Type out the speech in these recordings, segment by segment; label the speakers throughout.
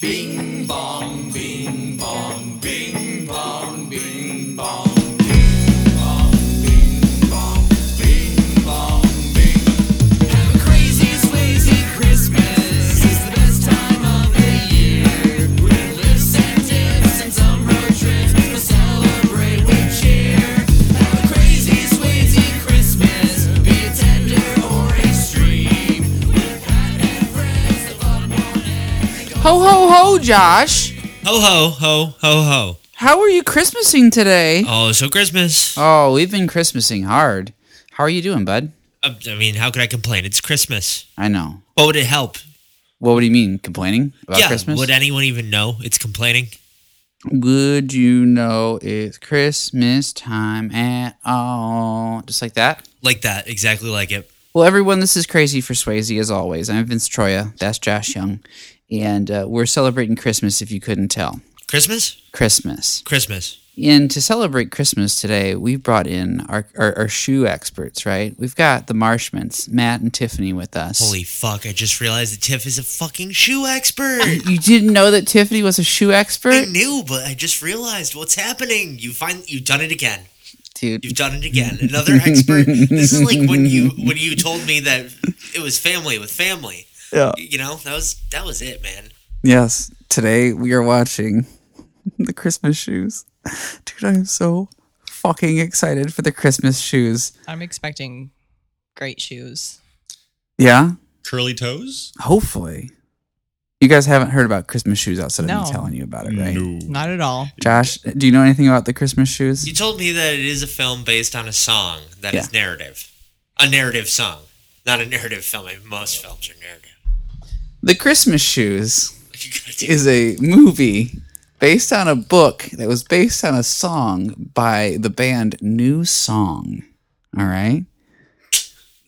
Speaker 1: Bing bong, bing bong, bing bong, bing bong.
Speaker 2: Ho ho ho, Josh.
Speaker 3: Ho ho ho ho ho!
Speaker 2: How are you Christmasing today?
Speaker 3: Oh, so Christmas.
Speaker 2: Oh, we've been Christmasing hard. How are you doing, bud?
Speaker 3: I Um, I mean, how could I complain? It's Christmas.
Speaker 2: I know.
Speaker 3: But would it help?
Speaker 2: What would you mean? Complaining about
Speaker 3: yeah.
Speaker 2: Christmas?
Speaker 3: Would anyone even know it's complaining?
Speaker 2: Would you know it's Christmas time at all? Just like that?
Speaker 3: Like that, exactly like it.
Speaker 2: Well, everyone, this is Crazy for Swayze, as always. I'm Vince Troya. That's Josh Young. And uh, we're celebrating Christmas, if you couldn't tell.
Speaker 3: Christmas,
Speaker 2: Christmas.
Speaker 3: Christmas.
Speaker 2: And to celebrate Christmas today, we brought in our, our, our shoe experts, right? We've got the Marshmans, Matt and Tiffany, with us.
Speaker 3: Holy fuck! I just realized that Tiff is a fucking shoe expert.
Speaker 2: You didn't know that Tiffany was a shoe
Speaker 3: I
Speaker 2: expert?
Speaker 3: knew, but I just realized what's happening. You find you've done it again. You've
Speaker 2: Dude,
Speaker 3: done it again. Another expert. This is like when you when you told me that it was family with family.
Speaker 2: Yeah.
Speaker 3: You know that was that was it, man.
Speaker 2: yes. Today we are watching the Christmas shoes. Dude, I'm so fucking excited for the Christmas shoes.
Speaker 4: I'm expecting great shoes.
Speaker 2: Yeah?
Speaker 5: curly toes?
Speaker 2: Hopefully. You guys haven't heard about Christmas shoes outside of
Speaker 4: No.
Speaker 2: me telling you about it, right?
Speaker 4: Not at all.
Speaker 2: Josh, do you know anything about the Christmas shoes?
Speaker 3: You told me that it is a film based on a song that is
Speaker 2: Yeah.
Speaker 3: narrative. A narrative song. Not a narrative film. I mean, most films are narrative.
Speaker 2: The Christmas shoes.
Speaker 3: You gotta do-
Speaker 2: is a movie based on a book that was based on a song by the band New Song. All right.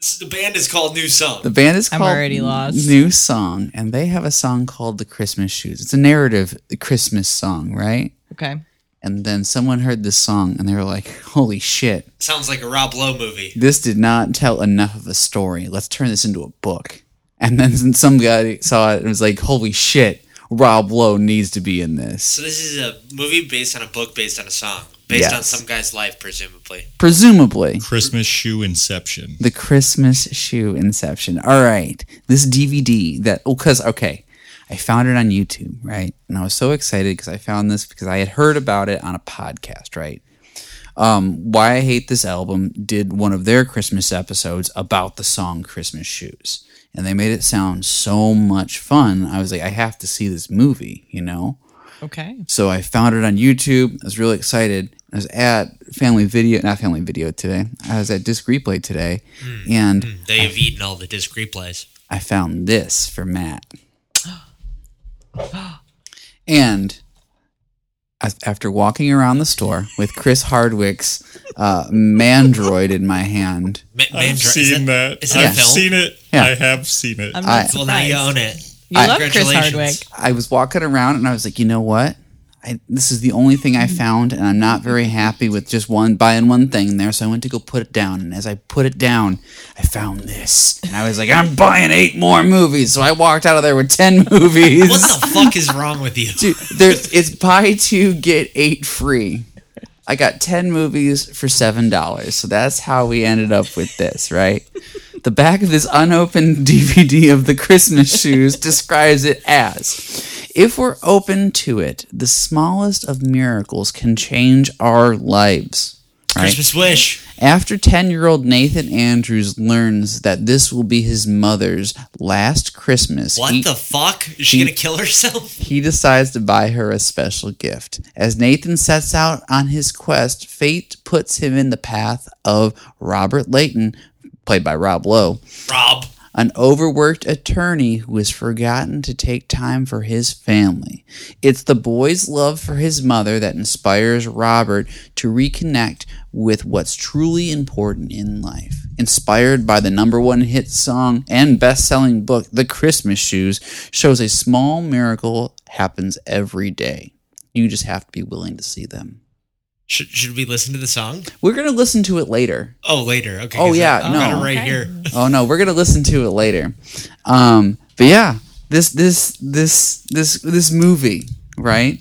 Speaker 3: This- the band is called New Song.
Speaker 2: The band is
Speaker 4: I'm
Speaker 2: called
Speaker 4: already lost.
Speaker 2: New Song, and they have a song called The Christmas Shoes. It's a narrative Christmas song, right?
Speaker 4: Okay.
Speaker 2: And then someone heard this song and they were like, holy shit,
Speaker 3: Sounds like a Rob Lowe movie.
Speaker 2: this did not tell enough of a story. Let's turn this into a book. And then some guy saw it and was like, holy shit, Rob Lowe needs to be in this.
Speaker 3: So this is a movie based on a book based on a song. Based on
Speaker 2: Yes.
Speaker 3: some guy's life, presumably.
Speaker 2: Presumably.
Speaker 5: Christmas shoe inception.
Speaker 2: The Christmas Shoe Inception. All right. This DVD that, oh, because, okay, I found it on YouTube, right? And I was so excited because I found this because I had heard about it on a podcast, right? Um, Why I Hate This Album did one of their Christmas episodes about the song Christmas Shoes. And they made it sound so much fun. I was like, I have to see this movie, you know?
Speaker 4: Okay.
Speaker 2: So I found it on YouTube. I was really excited. I was at Family Video, not Family Video today. I was at Disc Replay today, and
Speaker 3: They have eaten all the disc replays.
Speaker 2: I found this for Matt. and as- after walking around the store with Chris Hardwick's uh, Mandroid in my hand,
Speaker 3: Ma-
Speaker 5: I've
Speaker 3: Mandra- is
Speaker 5: seen that.
Speaker 3: is that a
Speaker 5: I've
Speaker 3: film?
Speaker 5: seen it.
Speaker 2: Yeah.
Speaker 5: I have seen it.
Speaker 4: I'm
Speaker 2: I-
Speaker 4: not
Speaker 3: Well, now
Speaker 4: surprised.
Speaker 3: you own it.
Speaker 4: You
Speaker 2: I-
Speaker 4: love Chris
Speaker 3: Congratulations.
Speaker 4: Hardwick.
Speaker 2: I was walking around and I was like, you know what? I, this is the only thing I found, and I'm not very happy with just one buying one thing there. So I went to go put it down, and as I put it down, I found this, and I was like, I'm buying eight more movies. So I walked out of there with ten movies.
Speaker 3: What the fuck is wrong with you?
Speaker 2: Dude, there's it's buy two get eight free. I got ten movies for seven dollars, so that's how we ended up with this, right? The back of this unopened DVD of the Christmas shoes describes it as if we're open to it, the smallest of miracles can change our lives. Right?
Speaker 3: Christmas wish.
Speaker 2: After 10 year old Nathan Andrews learns that this will be his mother's last Christmas,
Speaker 3: What
Speaker 2: he-
Speaker 3: the fuck? Is she
Speaker 2: he-
Speaker 3: gonna kill herself?
Speaker 2: he decides to buy her a special gift. As Nathan sets out on his quest, fate puts him in the path of Robert Layton, played by Rob Lowe,
Speaker 3: Rob.
Speaker 2: an overworked attorney who has forgotten to take time for his family. It's the boy's love for his mother that inspires Robert to reconnect with what's truly important in life. Inspired by the number one hit song and best selling book, The Christmas Shoes shows a small miracle happens every day. You just have to be willing to see them.
Speaker 3: Should, should we listen to the song?
Speaker 2: We're going to listen to it later.
Speaker 3: Oh, later. Okay.
Speaker 2: Oh,
Speaker 3: 'cause
Speaker 2: yeah,
Speaker 3: I've
Speaker 2: no.
Speaker 3: got it right
Speaker 4: Okay.
Speaker 3: here.
Speaker 2: Oh no, we're gonna listen to it later. Um, but yeah, this this this this this movie, right?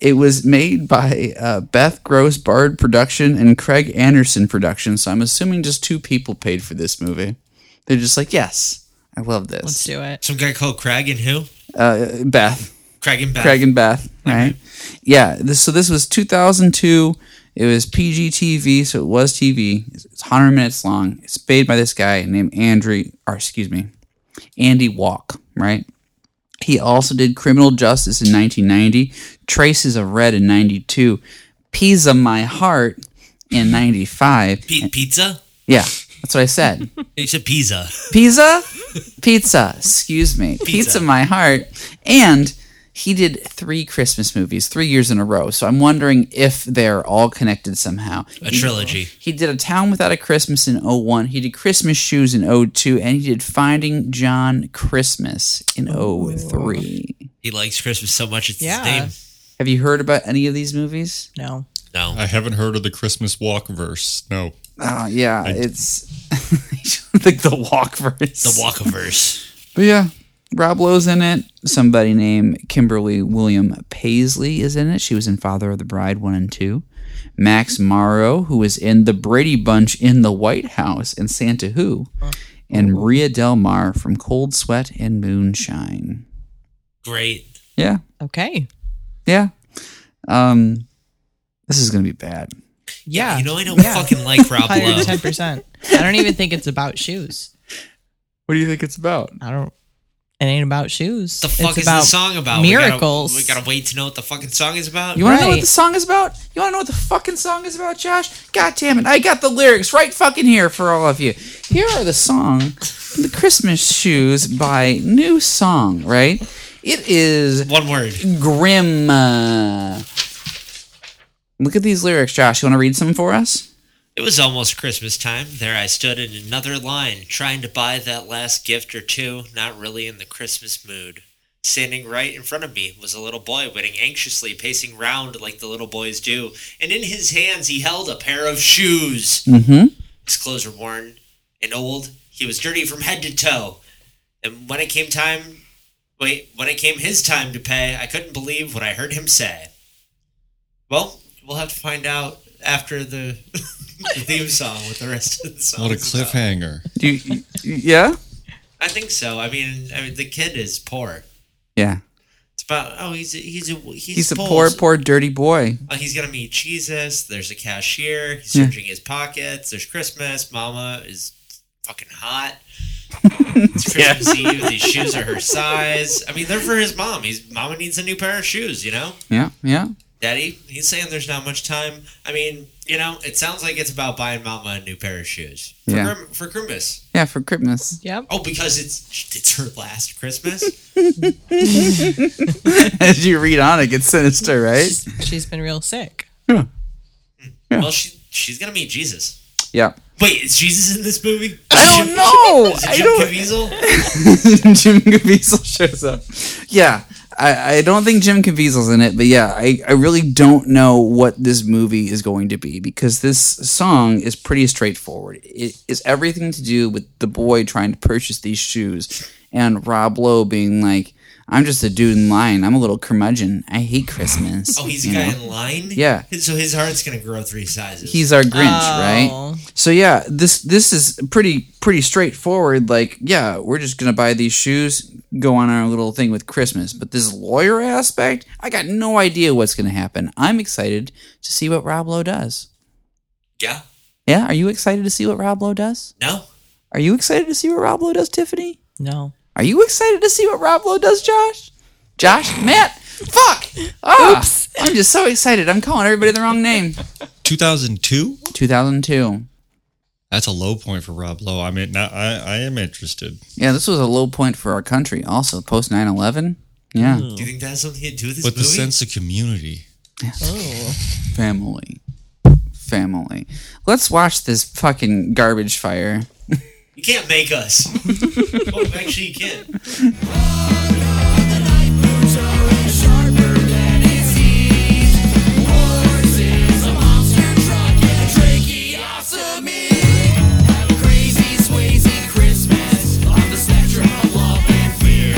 Speaker 2: It was made by uh, Beth Gross Bard Production and Craig Anderson Production, so I'm assuming just two people paid for this movie. They're just like, yes, I love this.
Speaker 4: Let's do it.
Speaker 3: Some guy called Craig and who?
Speaker 2: Uh, Beth.
Speaker 3: Craig and Beth.
Speaker 2: Craig and Beth, right? Yeah. This, so this was 2002. It was PG TV, so it was TV. It's it's 100 minutes long. It's made by this guy named Andrew, or excuse me, Andy Walk, right? He also did Criminal Justice in 1990, Traces of Red in 92, Pisa My Heart in 95.
Speaker 3: P- pizza?
Speaker 2: Yeah, that's what I said.
Speaker 3: It's a pizza.
Speaker 2: Pizza? Pizza, excuse me. Pizza. my heart. And he did three Christmas movies, three years in a row. So I'm wondering if they're all connected somehow.
Speaker 3: A trilogy.
Speaker 2: He did A Town Without a Christmas in 01. He did Christmas Shoes in 02. And he did Finding John Christmas in
Speaker 3: Oh.
Speaker 2: 03.
Speaker 3: He likes Christmas so much it's
Speaker 4: Yeah.
Speaker 3: his
Speaker 2: Have you heard about any of these movies?
Speaker 4: No.
Speaker 3: name. No.
Speaker 5: I haven't heard of the Christmas walk verse. No.
Speaker 2: Oh, yeah. it's like the walk verse.
Speaker 3: The Walkiverse.
Speaker 2: But yeah, Rob Lowe's in it. Somebody named Kimberly William Paisley is in it. She was in Father of the Bride 1 and 2. Max Morrow, who was in The Brady Bunch in the White House and Santa Who. And Maria Del Mar from Cold Sweat and Moonshine.
Speaker 3: Great.
Speaker 2: Yeah,
Speaker 4: Okay.
Speaker 2: yeah. Um, this is going to be bad.
Speaker 4: Yeah.
Speaker 3: You know I don't fucking like Rob Lowe.
Speaker 4: 110%. I don't even think it's about shoes.
Speaker 2: What do you think it's about?
Speaker 4: I don't. It ain't about shoes.
Speaker 3: the fuck
Speaker 4: it's
Speaker 3: is
Speaker 4: about
Speaker 3: the song about? We gotta-
Speaker 4: Miracles.
Speaker 3: We gotta, wait to know what the fucking song is about.
Speaker 2: You want to know what
Speaker 4: Right.
Speaker 2: the song is about? You want to know what the fucking song is about, Josh? God damn it! I got the lyrics right fucking here for all of you. Here are the song, "The Christmas Shoes" by New Song. Right? It is
Speaker 3: One word.
Speaker 2: grim. uh, Look at these lyrics, Josh. You want to read some for us?
Speaker 3: It was almost Christmas time. There I stood in another line, trying to buy that last gift or two, not really in the Christmas mood. Standing right in front of me was a little boy waiting anxiously, pacing round like the little boys do, and in his hands he held a pair of shoes.
Speaker 2: Mm-hmm.
Speaker 3: His clothes were worn and old. He was dirty from head to toe. And when it came time, wait, when it came his time to pay, I couldn't believe what I heard him say. Well, we'll have to find out after the, the theme song what the rest of the song.
Speaker 5: What a cliffhanger.
Speaker 2: Do you, yeah,
Speaker 3: I think so. I mean, I mean, the kid is poor.
Speaker 2: yeah.
Speaker 3: It's about oh, he's a, he's a he's,
Speaker 2: He's a poor, poor, dirty boy.
Speaker 3: Uh, he's gonna meet Jesus. There's a cashier. He's
Speaker 2: Yeah.
Speaker 3: searching his pockets. There's Christmas. Mama is fucking hot. It's Christmas Eve. These shoes are her size. I mean, they're for his mom. He's mama needs a new pair of shoes. You know,
Speaker 2: Yeah, yeah.
Speaker 3: Daddy. He's saying there's not much time. I mean, you know, it sounds like it's about buying mama a new pair of shoes for
Speaker 2: Yeah.
Speaker 3: Grim- for Christmas.
Speaker 2: Yeah, for Christmas.
Speaker 4: Yep.
Speaker 3: Oh, because it's it's her last Christmas.
Speaker 2: As you read on, it gets sinister, right?
Speaker 4: She's been real sick.
Speaker 3: Well, she she's gonna meet Jesus.
Speaker 2: Yeah.
Speaker 3: Wait, is Jesus in this movie?
Speaker 2: I don't know.
Speaker 3: Is it
Speaker 2: I
Speaker 3: Jim
Speaker 2: don't.
Speaker 3: Caviezel?
Speaker 2: Jim Caviezel shows up. Yeah, I, I don't think Jim Caviezel's in it, but yeah, I, I really don't know what this movie is going to be because this song is pretty straightforward. It is everything to do with the boy trying to purchase these shoes and Rob Lowe being like, I'm just a dude in line. I'm a little curmudgeon. I hate Christmas.
Speaker 3: Oh, he's a
Speaker 2: you
Speaker 3: guy
Speaker 2: know?
Speaker 3: in line.
Speaker 2: Yeah.
Speaker 3: So his heart's gonna grow three sizes.
Speaker 2: He's our Grinch, right?
Speaker 4: Oh.
Speaker 2: So yeah, this this is pretty pretty straightforward. Like, yeah, we're just gonna buy these shoes, go on our little thing with Christmas. But this lawyer aspect, I got no idea what's gonna happen. I'm excited to see what Rob Lowe does.
Speaker 3: yeah.
Speaker 2: Yeah, are you excited to see what Rob Lowe does?
Speaker 3: No.
Speaker 2: Are you excited to see what Rob Lowe does, Tiffany?
Speaker 4: No.
Speaker 2: Are you excited to see what Rob Lowe does, Josh? Josh, Matt, fuck! Ah, Oops! I'm just so excited. I'm calling everybody the wrong name.
Speaker 5: 2002?
Speaker 2: 2002.
Speaker 5: That's a low point for Rob Lowe. I mean, now I, I am interested.
Speaker 2: Yeah, this was a low point for our country. Also, post 9-11. Yeah,
Speaker 3: Do you think that has something to do Hmm. with this
Speaker 5: But the
Speaker 3: movie?
Speaker 5: sense of community.
Speaker 4: Oh.
Speaker 2: family, family. Let's watch this fucking garbage fire.
Speaker 3: you can't make us. oh, actually, you can.
Speaker 1: Crazy, swazy Christmas on the spectrum of love and fear.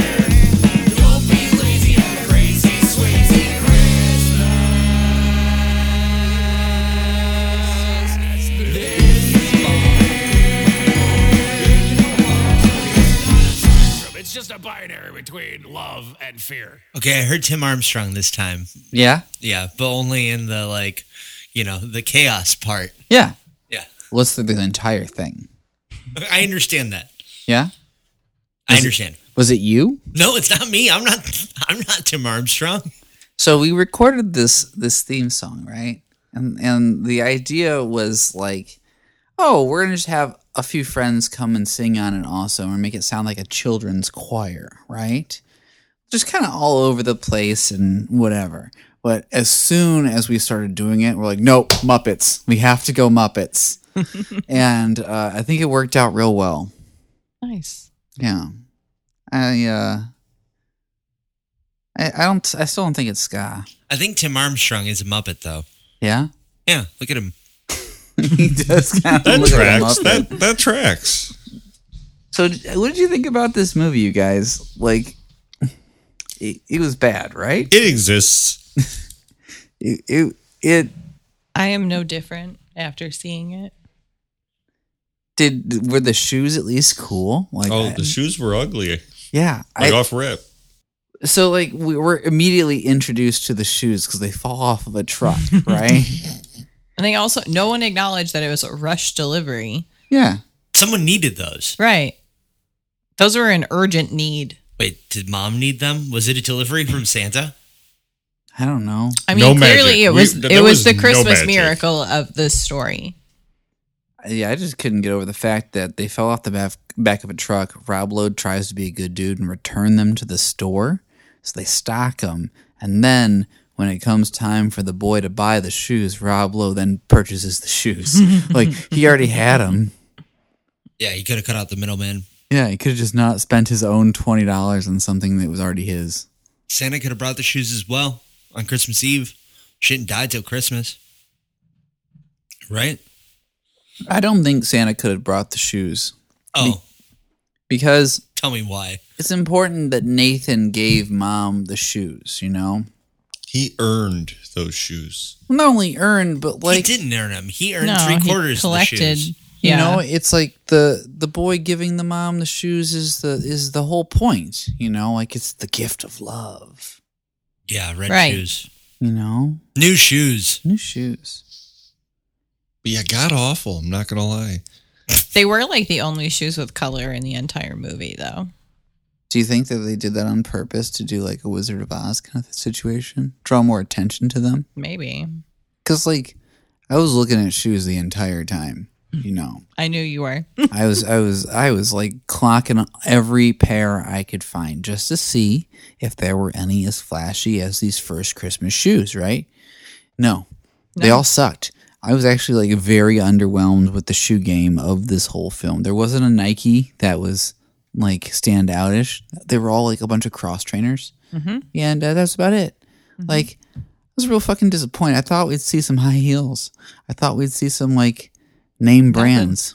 Speaker 6: intermediary between love and fear.
Speaker 3: Okay, I heard Tim Armstrong this time.
Speaker 2: Yeah.
Speaker 3: Yeah, but only in the like, you know, the chaos part.
Speaker 2: Yeah.
Speaker 3: Yeah,
Speaker 2: Let's do the entire thing.
Speaker 3: I understand that.
Speaker 2: Yeah.
Speaker 3: I understand.
Speaker 2: Was it you?
Speaker 3: No, it's not me. I'm not. I'm not Tim Armstrong.
Speaker 2: So we recorded this this theme song, right? And and the idea was like, oh, we're gonna just have a few friends come and sing on it also, and make it sound like a children's choir, right? Just kind of all over the place and whatever. But as soon as we started doing it, we're like, nope, Muppets. We have to go Muppets. and uh, I think it worked out real well.
Speaker 4: Nice.
Speaker 2: Yeah, I uh, I, I don't. I still don't think it's ska.
Speaker 3: I think Tim Armstrong is a Muppet, though.
Speaker 2: Yeah,
Speaker 3: Yeah, look at him.
Speaker 2: he does kind of
Speaker 5: That
Speaker 2: look like a
Speaker 5: tracks.
Speaker 2: Muppet.
Speaker 5: That that tracks.
Speaker 2: So, d- what did you think about this movie, you guys? Like, it, it was bad, right?
Speaker 5: It exists.
Speaker 2: It, it it
Speaker 4: I am no different after seeing it.
Speaker 2: did. Were the shoes at least cool? Like,
Speaker 5: Oh,
Speaker 2: I-
Speaker 5: the shoes were ugly.
Speaker 2: yeah.
Speaker 5: Like oh.
Speaker 2: I,
Speaker 5: off rip.
Speaker 2: so, like, we were immediately introduced to the shoes because they fall off of a truck, right?
Speaker 4: And they also, no one acknowledged that it was a rush delivery.
Speaker 2: yeah.
Speaker 3: Someone needed those.
Speaker 4: Right. Those were an urgent need.
Speaker 3: Wait, did mom need them? Was it a delivery from Santa?
Speaker 2: I don't know.
Speaker 4: I mean,
Speaker 5: No magic.
Speaker 4: clearly it
Speaker 5: We-
Speaker 4: was
Speaker 5: th-
Speaker 4: it
Speaker 5: there
Speaker 4: was,
Speaker 5: was
Speaker 4: the
Speaker 5: no
Speaker 4: Christmas
Speaker 5: magic.
Speaker 4: miracle of this story.
Speaker 2: Yeah, I just couldn't get over the fact that they fell off the back, back of a truck. Rob Lowe tries to be a good dude and return them to the store. So they stock them. And then when it comes time for the boy to buy the shoes, Rob Lowe then purchases the shoes. like he already had them.
Speaker 3: Yeah, he could have cut out the middleman.
Speaker 2: Yeah, he could have just not spent his own $20 on something that was already his.
Speaker 3: Santa could have brought the shoes as well on Christmas Eve. Shouldn't die till Christmas. Right?
Speaker 2: I don't think Santa could have brought the shoes
Speaker 3: Oh,
Speaker 2: because
Speaker 3: tell me why.
Speaker 2: it's important that Nathan gave mom the shoes, you know?
Speaker 5: He earned those shoes.
Speaker 2: Not only earned, but like.
Speaker 3: he didn't earn them. He earned
Speaker 4: no,
Speaker 3: three
Speaker 4: he
Speaker 3: quarters of the
Speaker 4: collected.
Speaker 3: shoes.
Speaker 4: yeah.
Speaker 2: You know, it's like the the boy giving the mom the shoes is the is the whole point. You know, like it's the gift of love.
Speaker 3: Yeah, red
Speaker 4: Right.
Speaker 3: shoes.
Speaker 2: You know,
Speaker 3: New shoes.
Speaker 2: new shoes.
Speaker 5: But yeah, god awful. I'm not gonna lie.
Speaker 4: they were like the only shoes with color in the entire movie, though.
Speaker 2: Do you think that they did that on purpose to do like a Wizard of Oz kind of situation, draw more attention to them?
Speaker 4: Maybe
Speaker 2: Because like, I was looking at shoes the entire time. You know,
Speaker 4: I knew you were.
Speaker 2: I was I was I was like clocking every pair I could find just to see if there were any as flashy as these first Christmas shoes, right? No. They
Speaker 4: No.
Speaker 2: all sucked. I was actually like very underwhelmed with the shoe game of this whole film. There wasn't a Nike that was like standoutish. They were all like a bunch of cross trainers.
Speaker 4: Mhm.
Speaker 2: And uh, that's about it. Like I was real fucking disappointed. I thought we'd see some high heels. I thought we'd see some like name brands.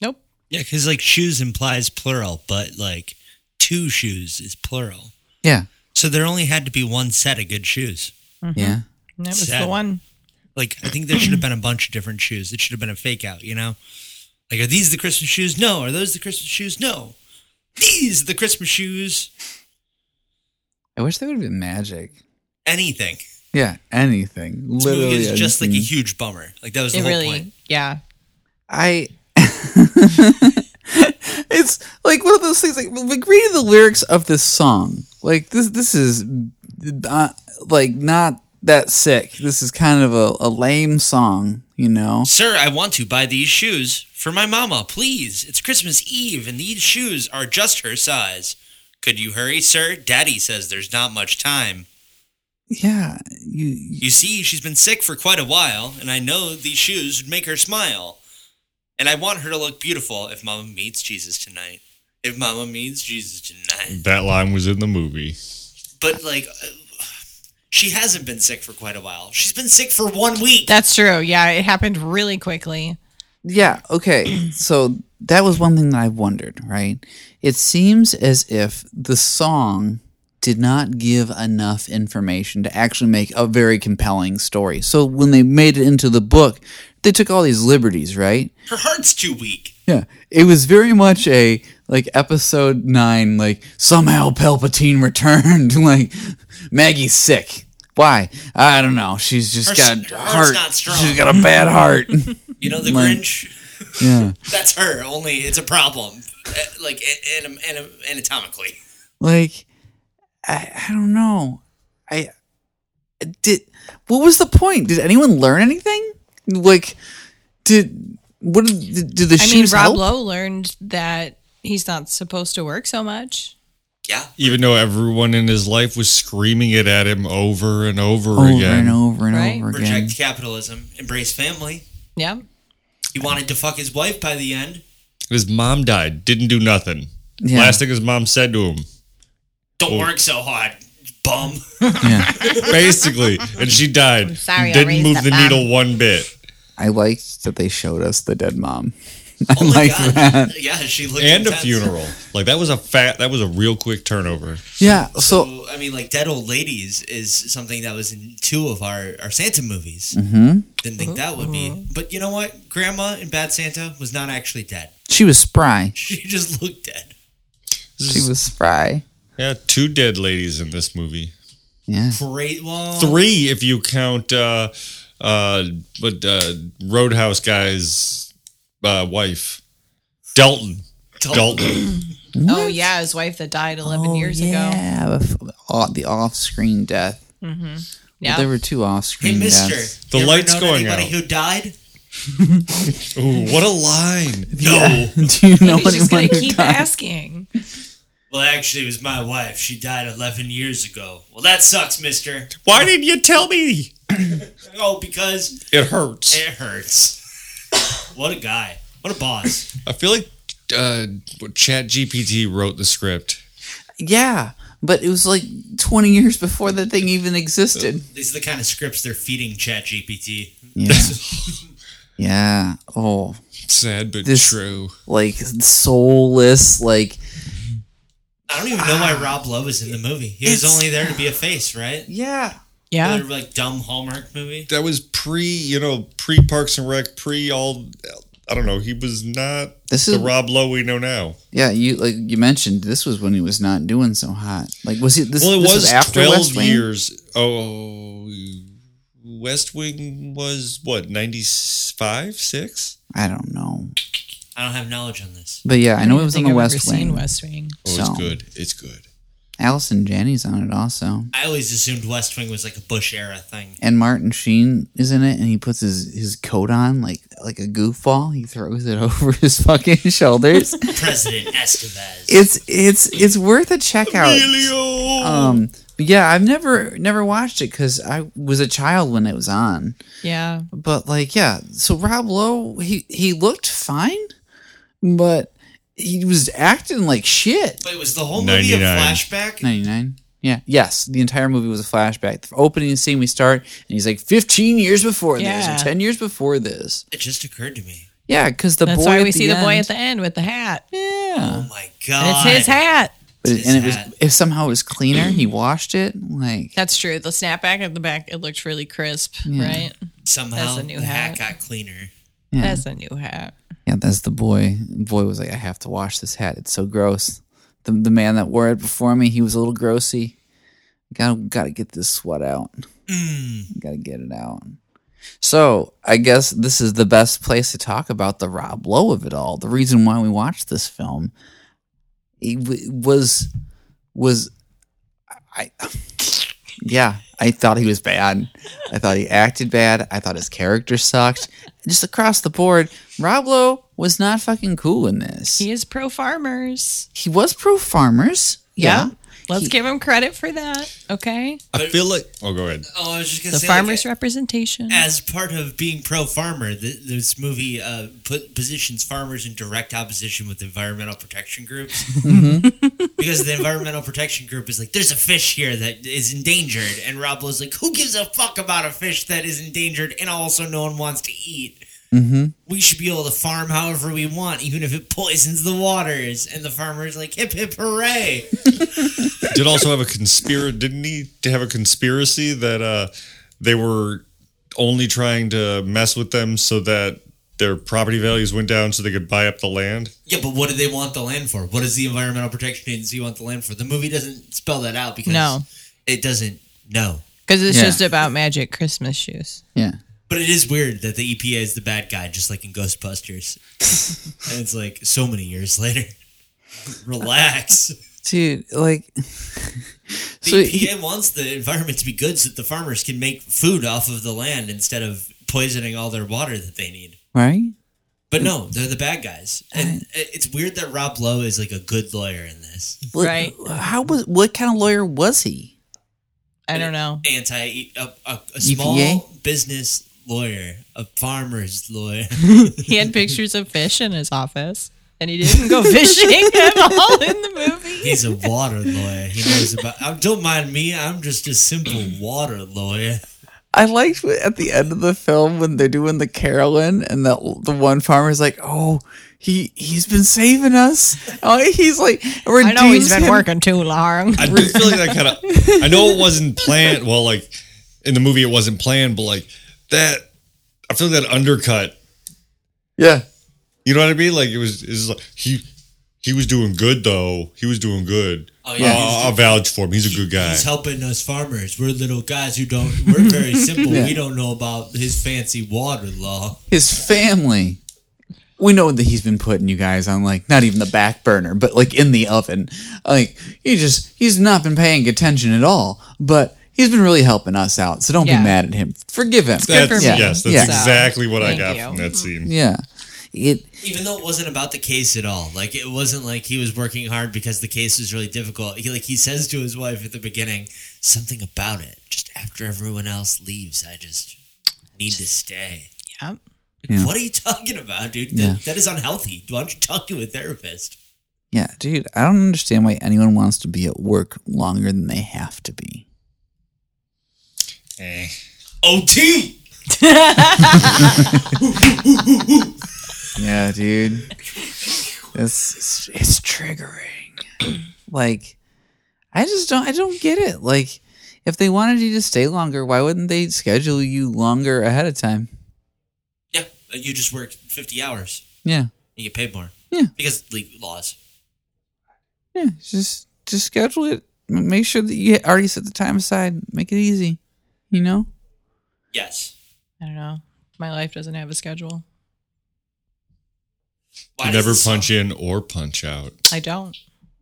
Speaker 4: Nope.
Speaker 3: Yeah, because like shoes implies plural, but like two shoes is plural.
Speaker 2: Yeah.
Speaker 3: So there only had to be one set of good shoes. Mm-hmm.
Speaker 2: Yeah.
Speaker 4: That was
Speaker 3: Sad.
Speaker 4: the one.
Speaker 3: Like I think there should have been a bunch of different shoes. It should have been a fake out, you know? Like are these the Christmas shoes? No. Are those the Christmas shoes? No. These are the Christmas shoes.
Speaker 2: I wish there would have been magic.
Speaker 3: Anything.
Speaker 2: Yeah, anything.
Speaker 3: This
Speaker 2: Literally,
Speaker 3: movie is just like a
Speaker 2: anything.
Speaker 3: huge bummer. Like that was the
Speaker 4: It
Speaker 3: whole
Speaker 4: really,
Speaker 3: point.
Speaker 4: yeah.
Speaker 2: I. it's like one of those things. Like, like reading the lyrics of this song. Like this, this is uh, like not that sick. This is kind of a, a lame song, you know.
Speaker 3: Sir, I want to buy these shoes for my mama, please. It's Christmas Eve and these shoes are just her size. Could you hurry, sir? Daddy says there's not much time.
Speaker 2: Yeah, you.
Speaker 3: You see, she's been sick for quite a while, and I know these shoes would make her smile. And I want her to look beautiful if mama meets Jesus tonight. If mama meets Jesus tonight.
Speaker 5: That line was in the movie.
Speaker 3: But, like, uh, she hasn't been sick for quite a while. She's been sick for one week.
Speaker 4: That's true. Yeah, it happened really quickly.
Speaker 2: Yeah. Okay. so that was one thing that I wondered. Right. It seems as if the song did not give enough information to actually make a very compelling story. So when they made it into the book, they took all these liberties. Right.
Speaker 3: Her heart's too weak.
Speaker 2: Yeah. It was very much a like episode nine, like somehow Palpatine returned. like Maggie's sick. Why? I don't know. She's just
Speaker 3: Her
Speaker 2: got
Speaker 3: s-
Speaker 2: a
Speaker 3: her
Speaker 2: heart.
Speaker 3: heart's not strong.
Speaker 2: She's got a bad heart.
Speaker 3: You know the
Speaker 2: Like-
Speaker 3: Grinch?
Speaker 2: yeah.
Speaker 3: That's her. Only it's a problem, Uh, like a- atom- atom- anatomically.
Speaker 2: Like I, I don't know. I I did what was the point? Did anyone learn anything? Like did what did, did, did the
Speaker 4: I mean,
Speaker 2: shoes
Speaker 4: Rob
Speaker 2: help?
Speaker 4: Lowe learned that he's not supposed to work so much.
Speaker 3: Yeah.
Speaker 5: Even though everyone in his life was screaming it at him over and over,
Speaker 2: over
Speaker 5: again.
Speaker 2: and over and
Speaker 4: Right.
Speaker 2: over again.
Speaker 3: Reject capitalism. Embrace family.
Speaker 4: Yeah.
Speaker 3: He wanted to fuck his wife by the end.
Speaker 5: His mom died, didn't do nothing.
Speaker 2: Yeah.
Speaker 5: Last thing his mom said to him,
Speaker 3: Don't
Speaker 5: Oh.
Speaker 3: work so hard, bum.
Speaker 2: Yeah.
Speaker 5: basically, and she died.
Speaker 7: sorry I
Speaker 5: didn't
Speaker 7: raised
Speaker 5: move
Speaker 7: a
Speaker 5: the
Speaker 7: bum.
Speaker 5: needle one bit.
Speaker 2: I liked that they showed us the dead mom.
Speaker 3: Oh my
Speaker 2: like
Speaker 3: god.
Speaker 2: that.
Speaker 3: Yeah, she looked
Speaker 5: and a
Speaker 3: intense.
Speaker 5: funeral. Like that was a fat. That was a real quick turnover.
Speaker 2: Yeah. So
Speaker 3: So, I mean, like dead old ladies is something that was in two of our, our Santa movies.
Speaker 2: Mm-hmm.
Speaker 3: Didn't think that would be, but you know what? Grandma in Bad Santa was not actually dead.
Speaker 2: she was spry.
Speaker 3: She just looked dead.
Speaker 2: She was spry.
Speaker 5: Yeah, two dead ladies in this movie.
Speaker 2: Yeah.
Speaker 3: Great. Well,
Speaker 5: Three, if you count, uh, uh, but uh, Roadhouse guy's uh, wife, Dalton. Dalton.
Speaker 4: Oh yeah, his wife that died 11 years ago.
Speaker 2: Oh, yeah. the f- off- The off-screen death.
Speaker 4: Yeah.
Speaker 2: There were two
Speaker 3: hey,
Speaker 2: off-screen
Speaker 3: Mister,
Speaker 2: deaths.
Speaker 5: Mm, The
Speaker 3: you ever
Speaker 5: light's
Speaker 3: known
Speaker 5: going
Speaker 3: anybody
Speaker 5: out.
Speaker 3: Who died?
Speaker 5: Ooh, what a line!
Speaker 2: No. Do you know
Speaker 4: He's
Speaker 2: anyone
Speaker 4: just gonna
Speaker 2: who
Speaker 4: keep
Speaker 2: died?
Speaker 4: asking.
Speaker 3: Well, actually, it was my wife. She died eleven years ago. Well, that sucks, Mister.
Speaker 5: Why didn't you tell me?
Speaker 3: Oh, because
Speaker 5: It hurts.
Speaker 3: it hurts. what a guy. What a boss.
Speaker 5: I feel like uh, Chat GPT wrote the script.
Speaker 2: Yeah, but it was like 20 years before that thing even existed.
Speaker 3: These are the kind of scripts they're feeding ChatGPT.
Speaker 2: Yeah. yeah. Oh,
Speaker 5: Sad but
Speaker 2: This-
Speaker 5: true.
Speaker 2: like soulless. Like
Speaker 3: I don't even know why Rob Lowe was in the movie. He was
Speaker 2: It's-
Speaker 3: only there to be a face, right?
Speaker 2: yeah.
Speaker 4: Yeah.
Speaker 3: Another, like dumb Hallmark movie.
Speaker 5: That was pre, you know, pre Parks and Rec, pre all. I don't know. He was not
Speaker 2: This
Speaker 5: the
Speaker 2: is
Speaker 5: Rob Lowe we know now.
Speaker 2: yeah. You like you mentioned this was when he was not doing so hot. Like was he this?
Speaker 5: well, it
Speaker 2: this
Speaker 5: was,
Speaker 2: was, after
Speaker 5: 12
Speaker 2: West Wing?
Speaker 5: years. Oh, West Wing was what, 95, 6?
Speaker 2: I don't know.
Speaker 3: I don't have knowledge on this.
Speaker 2: But yeah, I, know it was on
Speaker 4: think
Speaker 2: the
Speaker 4: I've
Speaker 2: West
Speaker 4: ever seen
Speaker 2: Wing.
Speaker 4: West Wing.
Speaker 5: Oh,
Speaker 2: So-
Speaker 5: it's good. It's good.
Speaker 2: Allison Janney's on it also,
Speaker 3: I always assumed West Wing was like a Bush era thing.
Speaker 2: and Martin Sheen is in it, and he puts his his coat on like like a goofball. He throws it over his fucking shoulders.
Speaker 3: President Estevez.
Speaker 2: it's it's it's worth a check out.
Speaker 5: Emilio!
Speaker 2: Um, but yeah, I've never never watched it because I was a child when it was on.
Speaker 4: Yeah.
Speaker 2: But like, yeah, so Rob Lowe, he he looked fine, but he was acting like shit.
Speaker 3: But it was the whole movie a
Speaker 5: 99.
Speaker 3: flashback.
Speaker 2: Ninety nine. Yeah. Yes. The entire movie was a flashback. The opening scene we start, and he's like, fifteen years before this,
Speaker 4: Yeah.
Speaker 2: or ten years before this.
Speaker 3: It just occurred to me.
Speaker 2: Yeah, because the
Speaker 4: That's
Speaker 2: boy.
Speaker 4: why
Speaker 2: at
Speaker 4: we see the boy
Speaker 2: end-
Speaker 4: at the end with the hat.
Speaker 2: Yeah.
Speaker 3: Oh my
Speaker 4: And it's
Speaker 3: god.
Speaker 4: his hat.
Speaker 2: But it-
Speaker 3: his
Speaker 2: and it was
Speaker 3: hat.
Speaker 2: if somehow it was cleaner. He washed it. Like
Speaker 4: That's true. The snapback at the back, it looked really crisp, right?
Speaker 3: Somehow
Speaker 4: That's a new
Speaker 3: the hat.
Speaker 4: hat.
Speaker 3: got cleaner.
Speaker 2: Yeah.
Speaker 4: That's a new hat.
Speaker 2: Yeah, that's the boy. Boy was like, I have to wash this hat. It's so gross. The the man that wore it before me, he was a little grossy. Gotta gotta get this sweat out. Gotta get it out. So I guess this is the best place to talk about the Rob Lowe of it all. The reason why we watched this film, it w- was was I. Yeah, I thought he was bad. I thought he acted bad. I thought his character sucked. Just across the board, Rob Lowe was not fucking cool in this.
Speaker 4: He is pro farmers.
Speaker 2: He was pro farmers. Yeah.
Speaker 4: Yeah. Let's
Speaker 2: He-
Speaker 4: give him credit for that. Okay.
Speaker 5: I feel like. Oh, go ahead.
Speaker 3: Oh, I was just gonna
Speaker 4: The
Speaker 3: say
Speaker 4: farmers'
Speaker 3: like,
Speaker 4: representation.
Speaker 3: as part of being pro farmer, th- this movie uh, put positions farmers in direct opposition with environmental protection groups
Speaker 4: Mm-hmm.
Speaker 3: because the environmental protection group is like, "There's a fish here that is endangered," and Rob Lowe's like, "Who gives a fuck about a fish that is endangered and also no one wants to eat?"
Speaker 4: Mm-hmm.
Speaker 3: We should be able to farm however we want, even if it poisons the waters. And the farmer's like, "Hip hip hooray!"
Speaker 5: Did also have a conspiracy. Didn't he to have a conspiracy that uh, they were only trying to mess with them so that their property values went down so they could buy up the land.
Speaker 3: Yeah, but what do they want the land for? What does the Environmental Protection Agency want the land for? The movie doesn't spell that out because
Speaker 4: No.
Speaker 3: it doesn't. No,
Speaker 4: Because it's
Speaker 2: Yeah.
Speaker 4: just about magic Christmas shoes.
Speaker 2: Yeah.
Speaker 3: but it is weird that the EPA is the bad guy, just like in Ghostbusters. and it's like so many years later. Relax.
Speaker 2: Dude, like
Speaker 3: The
Speaker 2: So
Speaker 3: EPA
Speaker 2: he-
Speaker 3: wants the environment to be good so that the farmers can make food off of the land instead of poisoning all their water that they need.
Speaker 2: right?
Speaker 3: But no, they're the bad guys, and it- it's weird that Rob Lowe is like a good lawyer in this
Speaker 2: What-
Speaker 4: Right.
Speaker 2: How was what kind of lawyer was he?
Speaker 4: I don't know.
Speaker 3: anti a, a, a small
Speaker 2: EPA?
Speaker 3: business lawyer, a farmer's lawyer.
Speaker 4: He had pictures of fish in his office, and he didn't go fishing at all in the movie.
Speaker 3: He's a water lawyer. He knows about. I don't mind me. I'm just a simple water lawyer.
Speaker 2: I liked wh- at the end of the film when they're doing the Carolyn and the the one farmer's like, "Oh, he he's been saving us. Oh, he's like,
Speaker 4: I know
Speaker 2: redeems
Speaker 4: he's been
Speaker 2: him.
Speaker 4: working too long.
Speaker 5: I do feel like that kind of. I know it wasn't planned. Well, like in the movie, it wasn't planned, but like that, I feel that undercut.
Speaker 2: Yeah,
Speaker 5: You know what I mean? Like it was. It was like he. He was doing good though. He was doing good.
Speaker 3: Oh, yeah,
Speaker 5: Uh,
Speaker 3: he's
Speaker 5: I'll vouch for him. He's a good guy.
Speaker 3: He's helping us farmers. We're little guys who don't. We're very simple. We don't know about his fancy water law.
Speaker 2: his family. We know that he's been putting you guys on like not even the back burner, but like in the oven. Like he just he's not been paying attention at all, but he's been really helping us out. So don't
Speaker 4: Yeah.
Speaker 2: be mad at him. Forgive him.
Speaker 5: That's,
Speaker 4: for me.
Speaker 5: Yes, that's
Speaker 2: Yeah.
Speaker 5: exactly what I
Speaker 4: Thank
Speaker 5: got
Speaker 4: you.
Speaker 5: from that scene.
Speaker 2: Yeah. It
Speaker 3: even though it wasn't about the case at all like it wasn't like he was working hard because the case was really difficult he like he says to his wife at the beginning something about it just after everyone else leaves i just need to stay
Speaker 4: Yep.
Speaker 2: Yeah.
Speaker 3: what are you talking about dude that,
Speaker 2: Yeah.
Speaker 3: that is unhealthy why don't you talk to a therapist
Speaker 2: Yeah, dude, I don't understand why anyone wants to be at work longer than they have to be.
Speaker 5: Eh.
Speaker 3: ot
Speaker 2: Yeah, dude. it's it's triggering. Like I just don't I don't get it. Like if they wanted you to stay longer, why wouldn't they schedule you longer ahead of time?
Speaker 3: yeah uh, you just work 50 hours
Speaker 2: Yeah.
Speaker 3: you get paid more
Speaker 2: Yeah.
Speaker 3: because le- laws
Speaker 2: Yeah, just just schedule it. M- Make sure that you already set the time aside. Make it easy. You know?
Speaker 3: yes
Speaker 4: I don't know. My life doesn't have a schedule.
Speaker 3: why
Speaker 5: You
Speaker 3: does
Speaker 5: never
Speaker 3: this
Speaker 5: punch
Speaker 3: song,
Speaker 5: in or punch out.
Speaker 4: I don't.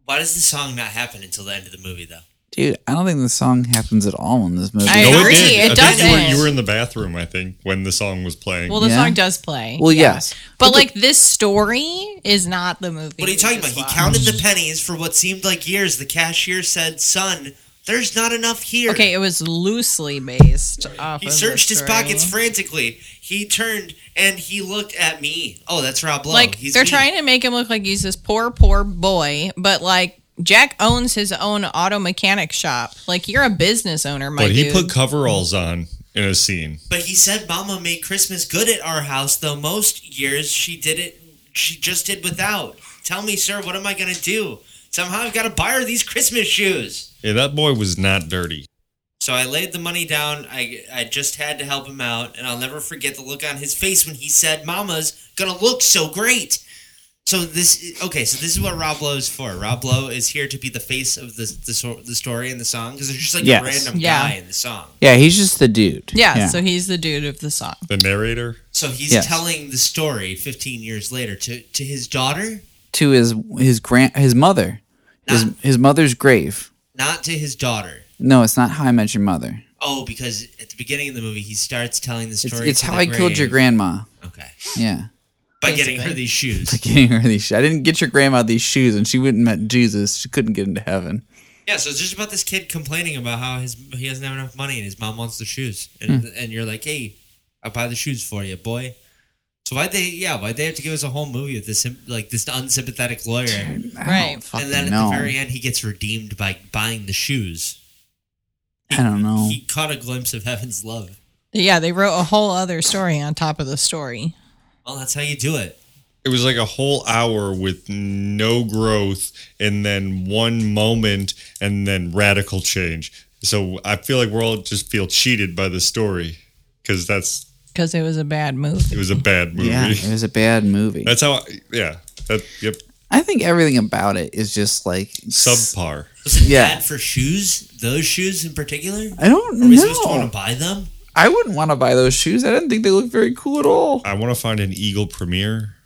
Speaker 3: why does the song not happen until the end of the movie though
Speaker 2: Dude, I don't think the song happens at all in this movie.
Speaker 4: I agree, it
Speaker 5: I think you were,
Speaker 4: doesn't.
Speaker 5: you were in the bathroom, I think, when the song was playing.
Speaker 4: Well, the
Speaker 2: Yeah.
Speaker 4: song does play.
Speaker 2: well, yes.
Speaker 4: But like this story is not the movie.
Speaker 3: What are you
Speaker 4: we
Speaker 3: talking about?
Speaker 4: just
Speaker 3: He
Speaker 4: watched.
Speaker 3: counted the pennies for what seemed like years. The cashier said, "Son, there's not enough here."
Speaker 4: Okay, it was loosely based off.
Speaker 3: He
Speaker 4: of the
Speaker 3: searched his
Speaker 4: story.
Speaker 3: pockets frantically. He turned and he looked at me. Oh, that's Rob Lowe.
Speaker 4: like
Speaker 3: He's
Speaker 4: they're
Speaker 3: me.
Speaker 4: trying to make him look like he's this poor, poor boy, but like Jack owns his own auto mechanic shop. Like you're a business owner, my
Speaker 5: but he
Speaker 4: dude.
Speaker 5: put coveralls on in a scene.
Speaker 3: But he said, "Mama made Christmas good at our house, though most years she did it. She just did without." Tell me, sir, what am I gonna do? Somehow I've got to buy her these Christmas shoes.
Speaker 5: Yeah, that boy was not dirty.
Speaker 3: So I laid the money down. I, I just had to help him out, and I'll never forget the look on his face when he said, "Mama's gonna look so great." So this okay. So this is what Rob Lowe is for. Rob Lowe is here to be the face of the the, so- the story and the song because there's just like
Speaker 2: Yes.
Speaker 3: a random
Speaker 4: Yeah.
Speaker 3: guy in the song.
Speaker 2: Yeah, he's just the dude.
Speaker 4: yeah, so he's the dude of the song.
Speaker 5: The narrator.
Speaker 3: So he's
Speaker 2: Yes.
Speaker 3: telling the story 15 years later to to his daughter,
Speaker 2: to his his grand his mother, his
Speaker 3: Not-
Speaker 2: his mother's grave.
Speaker 3: not to his daughter.
Speaker 2: No, it's not how I met your mother.
Speaker 3: Oh, because at the beginning of the movie he starts telling the
Speaker 2: It's,
Speaker 3: story.
Speaker 2: it's
Speaker 3: to
Speaker 2: how
Speaker 3: the
Speaker 2: I killed your
Speaker 3: grave.
Speaker 2: grandma.
Speaker 3: Okay,
Speaker 2: Yeah,
Speaker 3: by getting her these shoes.
Speaker 2: getting her these. Shoes. I didn't get your grandma these shoes, and she wouldn't met Jesus. She couldn't get into heaven.
Speaker 3: Yeah, so it's just about this kid complaining about how his he doesn't have enough money and his mom wants the shoes, and
Speaker 2: Hmm.
Speaker 3: and you're like, hey, I'll buy the shoes for you, boy. So why they yeah why they have to give us a whole movie with this sym- like this unsympathetic lawyer, and
Speaker 2: I
Speaker 4: Right.
Speaker 2: don't fucking
Speaker 3: then at
Speaker 2: know.
Speaker 3: the very end he gets redeemed by buying the shoes.
Speaker 2: I don't know.
Speaker 3: He caught a glimpse of heaven's love.
Speaker 4: Yeah, they wrote a whole other story on top of the story.
Speaker 3: Well, that's how you do it.
Speaker 5: It was like a whole hour with no growth and then one moment and then radical change. So I feel like we're all just feel cheated by the story because that's
Speaker 4: because it was a bad movie.
Speaker 5: It was a bad movie.
Speaker 2: Yeah, it was a bad movie.
Speaker 5: That's how. I, yeah. That, yep.
Speaker 2: I think everything about it is just like s-
Speaker 5: Subpar.
Speaker 3: Was it
Speaker 2: Yeah. Uh,
Speaker 3: bad for shoes? Those shoes in particular?
Speaker 2: I don't
Speaker 3: Are we supposed to want
Speaker 2: know.
Speaker 3: to buy them?
Speaker 2: I wouldn't want to buy those shoes. I didn't think they looked very cool at all.
Speaker 5: I want to find an Eagle Premiere.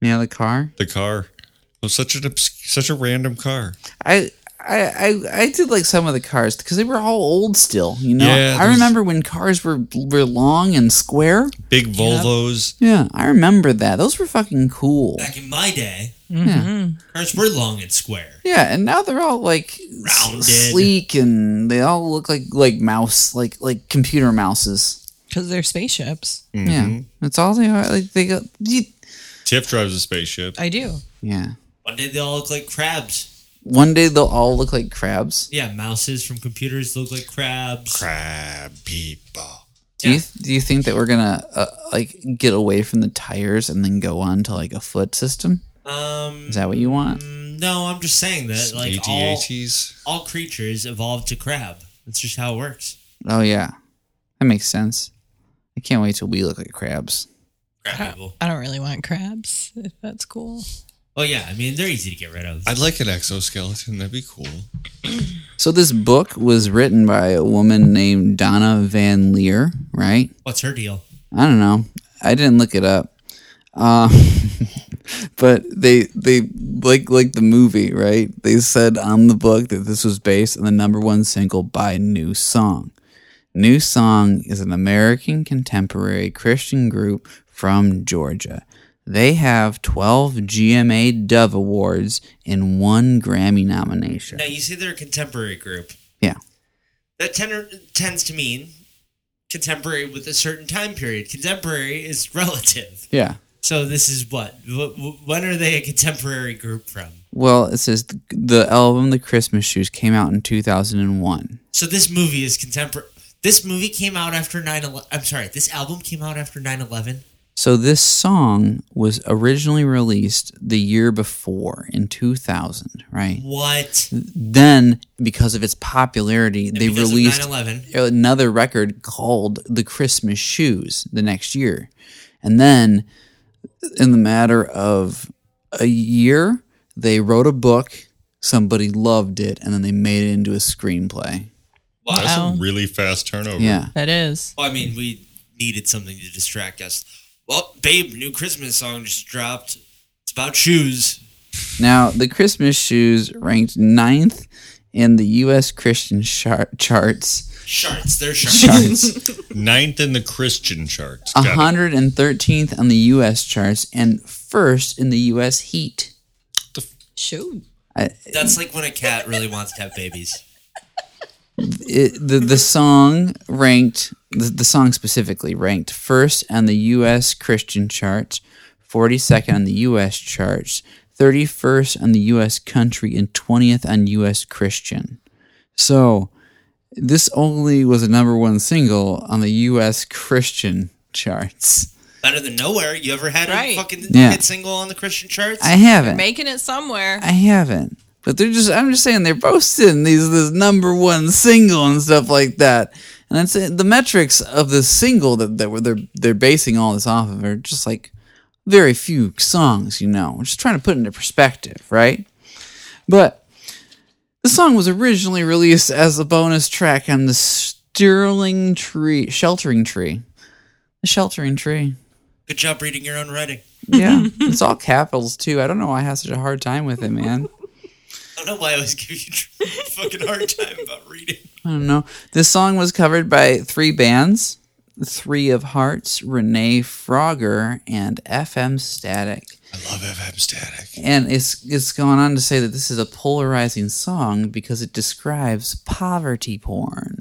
Speaker 2: Yeah, the car.
Speaker 5: The car. Oh, such an obs- such a random car.
Speaker 2: I. I, I, I did like some of the cars because they were all old still, you know.
Speaker 5: Yeah,
Speaker 2: I
Speaker 5: there's-
Speaker 2: remember when cars were were long and square.
Speaker 5: Big Volvos.
Speaker 2: Yeah, I remember that. Those were fucking cool.
Speaker 3: Back in my day,
Speaker 4: Mm-hmm.
Speaker 2: Yeah.
Speaker 5: Hmm.
Speaker 3: cars were long and square.
Speaker 2: Yeah, and now they're all like s-
Speaker 3: Rounded.
Speaker 2: sleek and they all look like like mouse, like like computer mouses.
Speaker 4: Because they're spaceships.
Speaker 2: Yeah, that's all they are. Like they go. ye-
Speaker 5: Tiff drives a spaceship.
Speaker 4: I do.
Speaker 2: Yeah.
Speaker 3: One day they all look like crabs.
Speaker 2: One day they'll all look like crabs.
Speaker 3: Yeah, mouses from computers look like crabs.
Speaker 5: Crab people.
Speaker 2: Do you do you think that we're gonna uh, like get away from the tires and then go on to like a foot system?
Speaker 3: Um,
Speaker 2: Is that what you want?
Speaker 3: no, I'm just saying that like
Speaker 5: E
Speaker 3: all,
Speaker 5: ATATs.
Speaker 3: all creatures evolved to crab. That's just how it works.
Speaker 2: Oh yeah, that makes sense. I can't wait till we look like crabs.
Speaker 3: Crab people.
Speaker 4: I don't really want crabs, if that's cool.
Speaker 3: Oh yeah, I mean they're easy to get rid of.
Speaker 5: I'd like an exoskeleton. That'd be cool.
Speaker 2: So this book was written by a woman named Donna Van Leer, right?
Speaker 3: What's her deal?
Speaker 2: I don't know. I didn't look it up. Um, but they they like like the movie, right? They said on the book that this was based on the number one single by New Song. New Song is an American contemporary Christian group from Georgia. They have 12 GMA Dove Awards and one Grammy nomination.
Speaker 3: Now you say they're a contemporary group.
Speaker 2: Yeah.
Speaker 3: That tenor, tends to mean contemporary with a certain time period. Contemporary is relative.
Speaker 2: Yeah.
Speaker 3: So this is what? Wh- wh- When are they a contemporary group from?
Speaker 2: Well, it says the, the album The Christmas Shoes came out in 2001.
Speaker 3: So this movie is contemporary. This movie came out after 9 11. I'm sorry, this album came out after 9 11.
Speaker 2: So this song was originally released the year before in 2000, right?
Speaker 3: What?
Speaker 2: Then because of its popularity, they
Speaker 3: Because
Speaker 2: released
Speaker 3: Of 9/11.
Speaker 2: another record called The Christmas Shoes the next year. And then in the matter of a year, they wrote a book, somebody loved it, and then they made it into a screenplay.
Speaker 5: That's
Speaker 4: Wow.
Speaker 5: a really fast turnover.
Speaker 2: Yeah.
Speaker 4: That is.
Speaker 3: Well, I mean, we needed something to distract us. Well, babe, new Christmas song just dropped. It's about shoes.
Speaker 2: Now, the Christmas shoes ranked ninth in the U.S. Christian char- charts.
Speaker 3: Sharts, they're sharts.
Speaker 2: Charts.
Speaker 5: Ninth in the Christian charts. Got it.
Speaker 2: 113th on the U.S. charts and first in the U.S. heat.
Speaker 4: Shoot.
Speaker 3: That's like when a cat really wants to have babies.
Speaker 2: It, the, the song ranked, the, the song specifically ranked first on the U.S. Christian charts, 42nd on the U.S. charts, 31st on the U.S. country, and 20th on U.S. Christian. So, this only was a number one single on the U.S. Christian charts.
Speaker 3: Better than nowhere. You ever had
Speaker 4: Right.
Speaker 3: a fucking
Speaker 2: Yeah.
Speaker 3: hit single on the Christian charts?
Speaker 2: I haven't.
Speaker 4: Making it somewhere.
Speaker 2: I haven't. But they're just. I'm just saying they're posting these this number one single and stuff like that. And that's it. the metrics of the single that that were they're they're basing all this off of are just like very few songs. You know, we're just trying to put into perspective, right? But the song was originally released as a bonus track on the Sterling Tree, Sheltering Tree, the Sheltering Tree.
Speaker 3: Good job reading your own writing.
Speaker 2: Yeah, it's all capitals too. I don't know why I have such a hard time with it, man.
Speaker 3: I don't know why I always give you a fucking hard time about reading.
Speaker 2: I don't know. This song was covered by three bands Three of Hearts, Renee Frogger, and FM Static.
Speaker 5: I love FM Static.
Speaker 2: And it's, it's going on to say that this is a polarizing song because it describes poverty porn.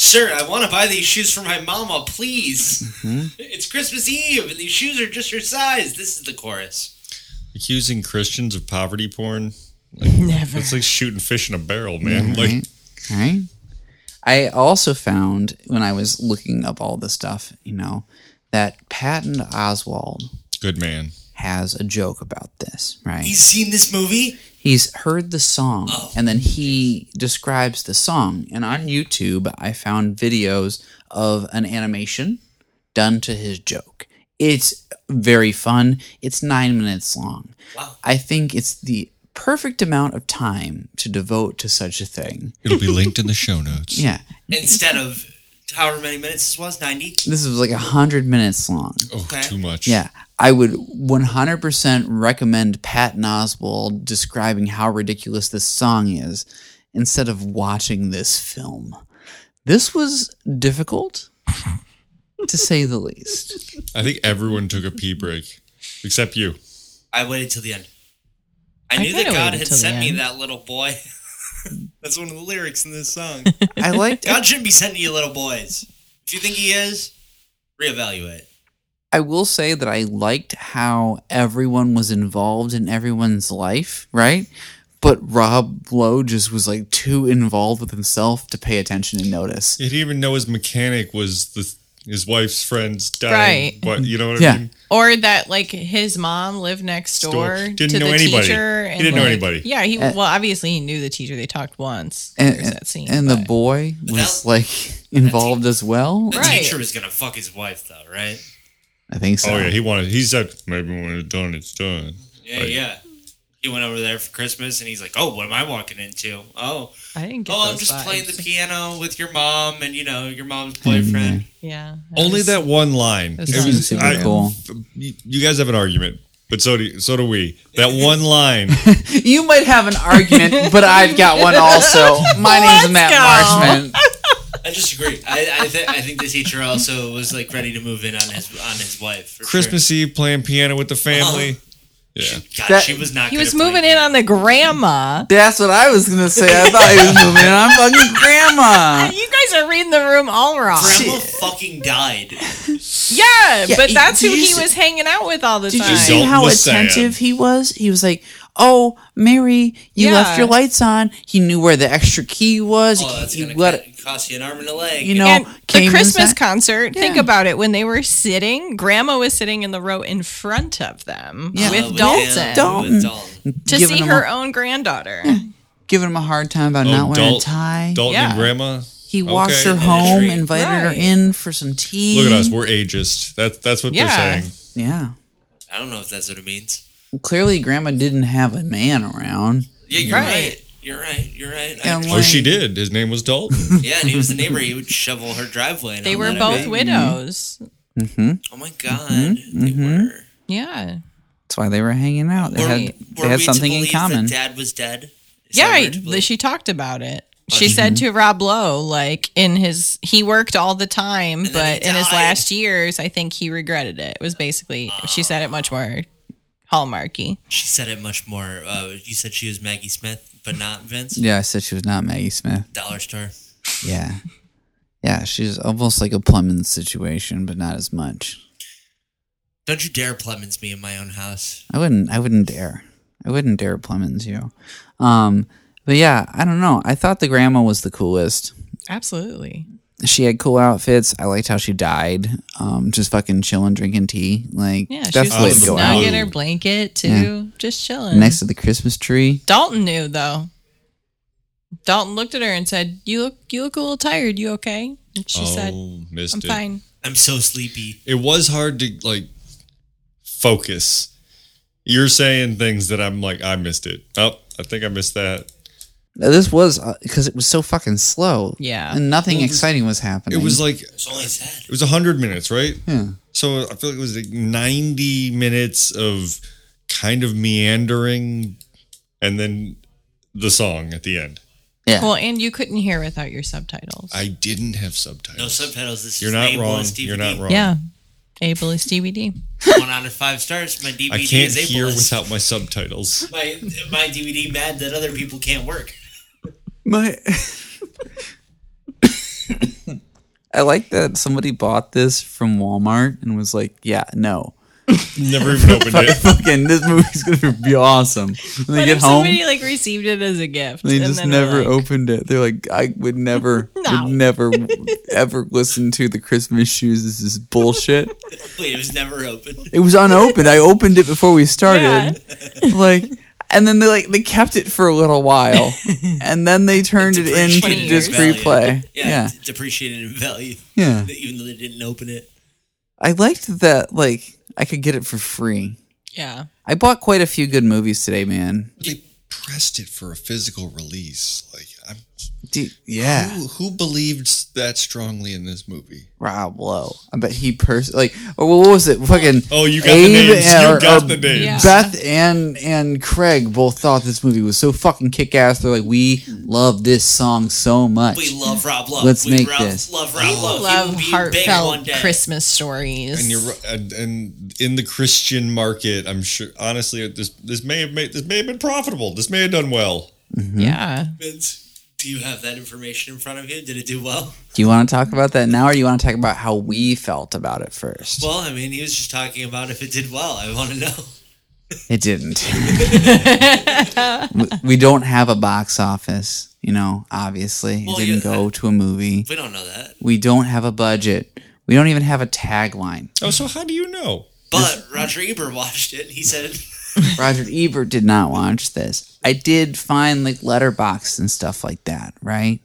Speaker 3: Sir, I want to buy these shoes for my mama, please. It's Christmas Eve, and these shoes are just her size. This is the chorus.
Speaker 5: Accusing Christians of poverty porn.
Speaker 4: Never.
Speaker 5: It's like shooting fish in a barrel, man. Like
Speaker 2: Right? I also found when I was looking up all this stuff, you know, that Patton Oswald
Speaker 5: good man.
Speaker 2: has a joke about this, right?
Speaker 3: He's seen this movie?
Speaker 2: he's heard the song and then he describes the song and on youtube i found videos of an animation done to his joke. It's very fun. It's nine minutes long.
Speaker 3: Wow.
Speaker 2: I think it's the perfect amount of time to devote to such a thing.
Speaker 5: It'll be linked in the show notes.
Speaker 2: Yeah.
Speaker 3: Instead of however many minutes this was, 90.
Speaker 2: This is like a hundred minutes long.
Speaker 5: Oh,
Speaker 3: Okay.
Speaker 5: too much.
Speaker 2: Yeah, I would 100% recommend Patton Oswald describing how ridiculous this song is instead of watching this film. This was difficult, to say the least.
Speaker 5: I think everyone took a pee break except you.
Speaker 3: I waited till the end. I,
Speaker 4: I
Speaker 3: knew that
Speaker 4: kinda
Speaker 3: God
Speaker 4: waited
Speaker 3: had
Speaker 4: till the
Speaker 3: sent me
Speaker 4: end.
Speaker 3: that little boy. That's one of the lyrics in this song.
Speaker 2: I liked.
Speaker 3: God shouldn't be sending you little boys. If you think he is, reevaluate.
Speaker 2: I will say that I liked how everyone was involved in everyone's life, right? But Rob Lowe just was like too involved with himself to pay attention and notice.
Speaker 5: He didn't even know his mechanic was the his wife's friend's dying.
Speaker 4: Right.
Speaker 5: What you know what
Speaker 2: Yeah.
Speaker 5: I mean?
Speaker 4: Or that like his mom lived next door
Speaker 5: Store. Didn't
Speaker 4: to
Speaker 5: know
Speaker 4: the
Speaker 5: anybody.
Speaker 4: teacher.
Speaker 5: He
Speaker 4: and,
Speaker 5: didn't know
Speaker 4: like-
Speaker 5: anybody.
Speaker 4: Yeah, he
Speaker 2: Uh,
Speaker 4: well obviously he knew the teacher. They talked once.
Speaker 2: And,
Speaker 4: There's that scene.
Speaker 2: and the
Speaker 4: but-
Speaker 2: boy was
Speaker 3: that-
Speaker 2: like involved as well.
Speaker 3: The
Speaker 4: Right.
Speaker 3: teacher was gonna fuck his wife though, right?
Speaker 2: I think so.
Speaker 5: Oh yeah, he wanted. He said maybe when it's done, it's done.
Speaker 3: Yeah,
Speaker 5: Right.
Speaker 3: yeah. He went over there for Christmas and he's like, Oh, what am I walking into? Oh,
Speaker 4: I didn't get
Speaker 3: oh, I'm
Speaker 4: those
Speaker 3: just playing the
Speaker 4: vibes. Mm-hmm.
Speaker 3: piano with your mom and you know, your mom's boyfriend.
Speaker 4: Yeah.
Speaker 5: Only
Speaker 4: was-
Speaker 5: that one line.
Speaker 4: That's
Speaker 5: It
Speaker 4: not
Speaker 5: was
Speaker 2: super
Speaker 5: I-
Speaker 2: cool.
Speaker 5: You you guys have an argument, but so do so do we. That one line.
Speaker 2: You might have an argument, but I've got one also. My name's
Speaker 4: Let's
Speaker 2: Matt
Speaker 4: go.
Speaker 2: Marshman.
Speaker 3: I just agree. I I, th- I think the teacher also was like ready to move in on his on his wife. For sure.
Speaker 5: Christmas Eve playing piano with the
Speaker 4: Uh-huh.
Speaker 5: family. Yeah.
Speaker 3: God,
Speaker 2: That-
Speaker 3: she was not.
Speaker 4: He
Speaker 3: good
Speaker 4: was
Speaker 3: at playing
Speaker 4: moving in on the grandma.
Speaker 2: That's what I was gonna say. I thought he was moving in. I'm fucking grandma.
Speaker 4: You guys are reading the room all wrong.
Speaker 3: Grandma fucking died.
Speaker 4: Yeah,
Speaker 2: Yeah,
Speaker 4: but
Speaker 2: y-
Speaker 4: that's who
Speaker 2: did you
Speaker 4: he
Speaker 2: see-
Speaker 4: was hanging out with all the
Speaker 2: Did
Speaker 4: time.
Speaker 2: you see
Speaker 5: Adult
Speaker 2: how
Speaker 5: was sad.
Speaker 2: attentive he was? He was like, "Oh, Mary, you
Speaker 4: Yeah.
Speaker 2: left your lights on." He knew where the extra key was.
Speaker 3: Oh, that's
Speaker 2: he
Speaker 3: gonna
Speaker 2: let
Speaker 3: co- cost you an arm and a leg.
Speaker 2: you know
Speaker 4: and the
Speaker 2: came
Speaker 4: Christmas
Speaker 2: inside-
Speaker 4: concert, think
Speaker 2: Yeah.
Speaker 4: about it. When they were sitting, Grandma was sitting in the row in front of them
Speaker 2: Yeah.
Speaker 3: Uh,
Speaker 4: with
Speaker 3: with
Speaker 4: Dalton
Speaker 2: Dal-
Speaker 3: Dalton. With Dalton.
Speaker 4: to
Speaker 2: giving
Speaker 4: see
Speaker 2: him
Speaker 4: her
Speaker 2: a,
Speaker 4: own granddaughter.
Speaker 2: giving him a hard time about not wearing
Speaker 5: Dal-
Speaker 2: a tie.
Speaker 5: Dalton
Speaker 4: Yeah.
Speaker 5: and Grandma.
Speaker 2: he walked
Speaker 5: Oh, Okay.
Speaker 2: her home,
Speaker 3: Treat.
Speaker 2: invited her
Speaker 4: Right.
Speaker 2: in for some tea.
Speaker 5: Look at us. We're
Speaker 2: Mm-hmm.
Speaker 5: ageist. That's that's what
Speaker 4: Yeah.
Speaker 5: they're saying.
Speaker 2: Yeah.
Speaker 3: I don't know if that's what it means.
Speaker 2: clearly grandma didn't have a man around.
Speaker 3: Yeah, you're
Speaker 4: Right. Um,
Speaker 3: right. You're right. You're right. I-
Speaker 2: And
Speaker 5: Oh, she did. His name was Dalton.
Speaker 3: yeah, and he was the neighbor. He would shovel her driveway. And
Speaker 4: They
Speaker 3: all
Speaker 4: were
Speaker 3: that.
Speaker 4: both widows.
Speaker 3: Oh my god, they were.
Speaker 4: Yeah.
Speaker 2: That's why they were hanging out. Mm-hmm. They had,
Speaker 4: Right.
Speaker 2: they had
Speaker 3: we to
Speaker 2: something in
Speaker 3: believe
Speaker 2: common.
Speaker 3: That dad was dead. Is
Speaker 4: Yeah,
Speaker 3: that
Speaker 4: I-
Speaker 3: weird to believe?
Speaker 4: she talked about it. She said to Rob Lowe, like in his, he worked all the time,
Speaker 3: And then
Speaker 4: but
Speaker 3: he
Speaker 4: in his
Speaker 3: died.
Speaker 4: last years, I think he regretted it. It was basically, she said it much more hallmarky.
Speaker 3: She said it much more. Uh, you said she was Maggie Smith, but not Vince.
Speaker 2: yeah, I said she was not Maggie Smith.
Speaker 3: Dollar store.
Speaker 2: Yeah. Yeah, she's almost like a plumbing situation, but not as much.
Speaker 3: Don't you dare Plemons me in my own house.
Speaker 2: I wouldn't I wouldn't dare. I wouldn't dare plumbins you. Um but yeah, I don't know. I thought the grandma was the coolest.
Speaker 4: Absolutely.
Speaker 2: She had cool outfits. I liked how she died. Um, just fucking chilling, drinking tea. Like
Speaker 4: Yeah, she
Speaker 2: that's
Speaker 4: was
Speaker 2: the way
Speaker 4: like
Speaker 2: to go
Speaker 4: snug
Speaker 2: out.
Speaker 4: in her blanket too, just chilling.
Speaker 2: Next to the Christmas tree.
Speaker 4: Dalton knew though. Dalton looked at her and said, "You look, you look a little tired. You okay?" And she
Speaker 5: oh,
Speaker 4: said,
Speaker 5: missed
Speaker 4: "I'm
Speaker 5: it.
Speaker 4: fine."
Speaker 3: I'm so sleepy.
Speaker 5: It was hard to like focus. You're saying things that I'm like, I missed it. Oh, I think I missed that.
Speaker 2: Now, This was because it was so fucking slow.
Speaker 4: Yeah.
Speaker 2: And nothing
Speaker 5: Well, it was-
Speaker 2: exciting was happening.
Speaker 5: It was like it
Speaker 3: It's only sad.
Speaker 5: was hundred minutes, right?
Speaker 2: Yeah.
Speaker 5: So I feel like it was like ninety minutes of kind of meandering, and then the song at the end.
Speaker 2: Yeah.
Speaker 4: Well, and you couldn't hear without your subtitles.
Speaker 5: I didn't have
Speaker 3: No
Speaker 5: subtitles.
Speaker 3: subtitles. This
Speaker 5: You're
Speaker 3: is
Speaker 5: not
Speaker 3: Ableist
Speaker 5: wrong.
Speaker 3: DVD.
Speaker 5: You're not wrong.
Speaker 4: yeah, ableist DVD.
Speaker 3: One out of five stars. My DVD
Speaker 5: I can't
Speaker 3: is
Speaker 5: hear
Speaker 3: ableist.
Speaker 5: without my subtitles.
Speaker 3: my my DVD mad that other people can't work.
Speaker 2: my. I like that somebody bought this from Walmart and was like, "Yeah, no,
Speaker 5: Never even opened it.
Speaker 2: fucking this movie's gonna be awesome." And they
Speaker 4: What
Speaker 2: get
Speaker 4: if
Speaker 2: home,
Speaker 4: somebody like received it as a gift?
Speaker 2: they
Speaker 4: and
Speaker 2: just
Speaker 4: then they're
Speaker 2: never
Speaker 4: like,
Speaker 2: opened it. They're like, "I would never,
Speaker 4: No.
Speaker 2: would never, ever listen to the Christmas shoes. This is bullshit."
Speaker 3: Wait, it was never open.
Speaker 2: It was unopened. I opened it before we started. Like, and then they like they kept it for a little while, and then they turned it into
Speaker 3: Depreciated
Speaker 2: disc
Speaker 3: value.
Speaker 2: replay.
Speaker 3: Yeah,
Speaker 2: Yeah,
Speaker 3: it's depreciated in value,
Speaker 2: yeah.
Speaker 3: even though they didn't open it.
Speaker 2: I liked that. Like I could get it for free.
Speaker 4: Yeah.
Speaker 2: I bought quite a few good movies today, man.
Speaker 5: They pressed it for a physical release. Like, I'm,
Speaker 2: Dude, yeah.
Speaker 5: who, who believed that strongly in this movie?
Speaker 2: Rob Lowe. I bet he pers like or what was it? Fucking uh,
Speaker 5: Oh, you got the names. You got
Speaker 2: um,
Speaker 5: the names.
Speaker 4: Yeah.
Speaker 2: Beth and and Craig both thought this movie was so fucking kick ass. They're like, we love this song so much.
Speaker 3: We love Rob Love.
Speaker 2: Let's
Speaker 3: we
Speaker 2: make
Speaker 3: Rob,
Speaker 2: this.
Speaker 3: love Rob Love. He
Speaker 4: Love
Speaker 3: will be big one
Speaker 4: heartfelt
Speaker 3: day.
Speaker 4: Christmas stories.
Speaker 5: And you're ri- and, and in the Christian market, I'm sure. Honestly, this this may have made this may have been profitable. This may have done well.
Speaker 2: Mm-hmm.
Speaker 4: Yeah.
Speaker 3: Vince, do you have that information in front of you? Did it do well?
Speaker 2: Do you want to talk about that now, or do you want to talk about how we felt about it first?
Speaker 3: Well, I mean, he was just talking about if it did well. I want to know.
Speaker 2: it didn't. We- we don't have a box office, you know. Obviously, it
Speaker 3: Well,
Speaker 2: didn't
Speaker 3: yeah,
Speaker 2: go to a movie.
Speaker 3: We don't know that.
Speaker 2: We don't have a budget. We don't even have a tagline.
Speaker 5: Oh, so how do you know?
Speaker 3: But Roger Ebert watched it. and He said,
Speaker 2: Roger Ebert did not watch this. I did find like Letterbox and stuff like that, right?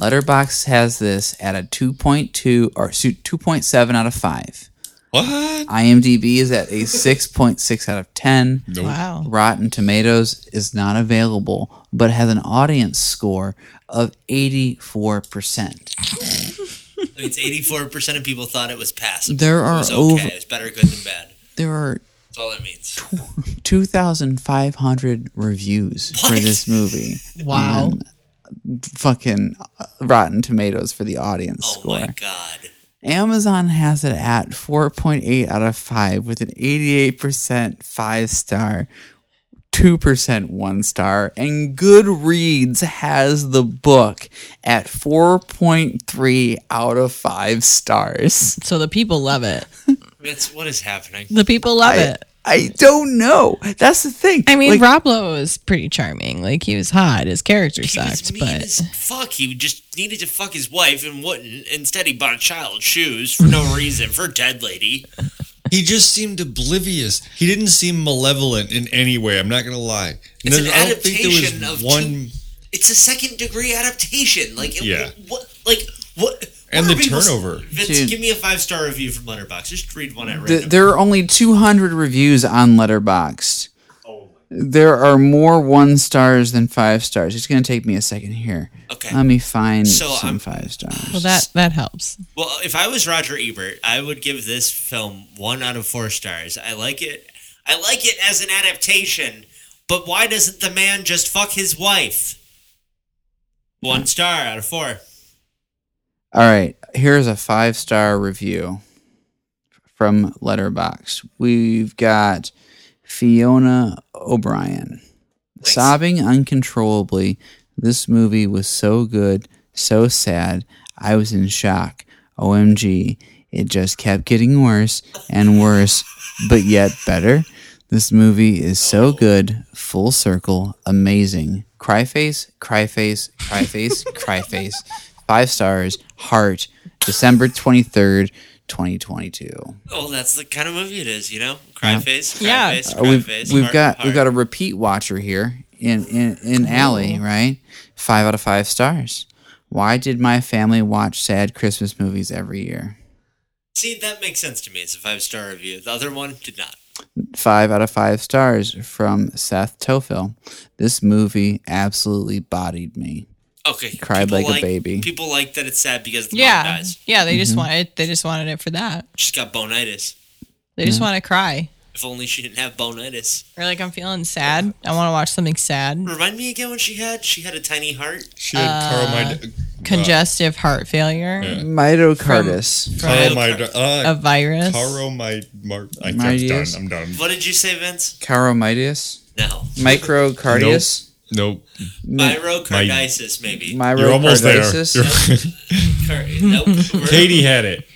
Speaker 2: Letterbox has this at a 2.2 or su- 2.7 out of 5.
Speaker 5: What?
Speaker 2: IMDb is at a 6.6 out of 10.
Speaker 4: Wow.
Speaker 2: Rotten Tomatoes is not available, but has an audience score of 84%.
Speaker 3: I mean, it's 84% of people thought it was passable.
Speaker 2: There are
Speaker 3: it was okay.
Speaker 2: over-
Speaker 3: It was better good than bad.
Speaker 2: There are
Speaker 3: That's all that means.
Speaker 2: 2,500 reviews for
Speaker 3: What?
Speaker 2: this movie.
Speaker 4: Wow.
Speaker 2: on fucking uh, Rotten Tomatoes for the audience
Speaker 3: Oh
Speaker 2: score.
Speaker 3: my God.
Speaker 2: Amazon has it at 4.8 out of 5 with an 88% 5 star, 2% 1 star, and Goodreads has the book at 4.3 out of 5 stars.
Speaker 4: So the people love it.
Speaker 3: I mean, That's what is happening.
Speaker 4: The people love
Speaker 2: I,
Speaker 4: it.
Speaker 2: I don't know. That's the thing.
Speaker 4: I mean,
Speaker 2: Like,
Speaker 4: Rob Lowe was pretty charming. Like he was hot. His character
Speaker 3: He was
Speaker 4: sucked,
Speaker 3: mean
Speaker 4: but
Speaker 3: as fuck. He just needed to fuck his wife and wouldn't. Instead, he bought a child shoes for no reason for a dead lady.
Speaker 5: He just seemed oblivious. He didn't seem malevolent in any way. I'm not gonna lie. And
Speaker 3: It's an
Speaker 5: I don't
Speaker 3: adaptation of
Speaker 5: one.
Speaker 3: It's a second degree adaptation. Like, it,
Speaker 5: Yeah.
Speaker 3: What? Like what? what
Speaker 5: And
Speaker 3: are
Speaker 5: the
Speaker 3: people-
Speaker 5: turnover.
Speaker 3: Vince,
Speaker 2: Dude.
Speaker 3: give me a five star review from Letterboxd. Just read one at
Speaker 2: th-
Speaker 3: random.
Speaker 2: there are only 200 reviews on Letterboxd. There are more one stars than five stars. It's going to take me a second here.
Speaker 3: Okay.
Speaker 2: Let me find
Speaker 3: So
Speaker 2: some
Speaker 3: I'm-
Speaker 2: five stars.
Speaker 4: well, that that helps.
Speaker 3: Well, if I was Roger Ebert, I would give this film one out of four stars. I like it. I like it as an adaptation, but why doesn't the man just fuck his wife? One star out of four.
Speaker 2: All right, here's a five star review from Letterbox. We've got Fiona O'Brien sobbing uncontrollably. This movie was so good, so sad. I was in shock. OMG, it just kept getting worse and worse, but yet better. This movie is so good, full circle, amazing. Cry face, cry face, cry face, cry face. Five stars, heart, December 23rd, 2022.
Speaker 3: Oh, that's the kind of movie it is, you know? Cry face, cry
Speaker 4: Yeah.
Speaker 3: face,
Speaker 2: Uh,
Speaker 3: cry
Speaker 2: we've
Speaker 3: face.
Speaker 2: we've
Speaker 3: heart,
Speaker 2: got
Speaker 3: heart.
Speaker 2: we've got a repeat watcher here in in in Alley, right? Five out of five stars. Why did my family watch sad Christmas movies every year?
Speaker 3: See, that makes sense to me. It's a five star review. The other one did not.
Speaker 2: Five out of five stars from Seth Tofil. This movie absolutely bodied me.
Speaker 3: Okay.
Speaker 2: Cried
Speaker 3: people
Speaker 2: like a baby.
Speaker 3: People like that it's sad because the
Speaker 4: Yeah,
Speaker 3: mom dies.
Speaker 4: yeah. They
Speaker 2: Mm-hmm.
Speaker 4: just wanted they just wanted it for that.
Speaker 3: She's got bonitis.
Speaker 4: They just want to cry.
Speaker 3: If only she didn't have bonitis.
Speaker 4: Or like I'm feeling sad. I want to watch something sad.
Speaker 3: Remind me again what she had? She had a tiny heart.
Speaker 5: She had
Speaker 3: uh,
Speaker 5: carmide-
Speaker 4: Congestive heart failure.
Speaker 2: Mitocarditis.
Speaker 5: carmide- uh,
Speaker 4: A virus.
Speaker 5: caromide- mar- I- I'm done.
Speaker 2: Mardius.
Speaker 5: I'm done.
Speaker 3: What did you say, Vince?
Speaker 2: Chiromitis.
Speaker 3: No.
Speaker 2: Microcardius.
Speaker 5: Nope.
Speaker 3: Myocarditis, maybe.
Speaker 5: You're almost there.
Speaker 2: Myocarditis.
Speaker 5: You're-
Speaker 3: Car- nope. We're-
Speaker 5: Katie had it.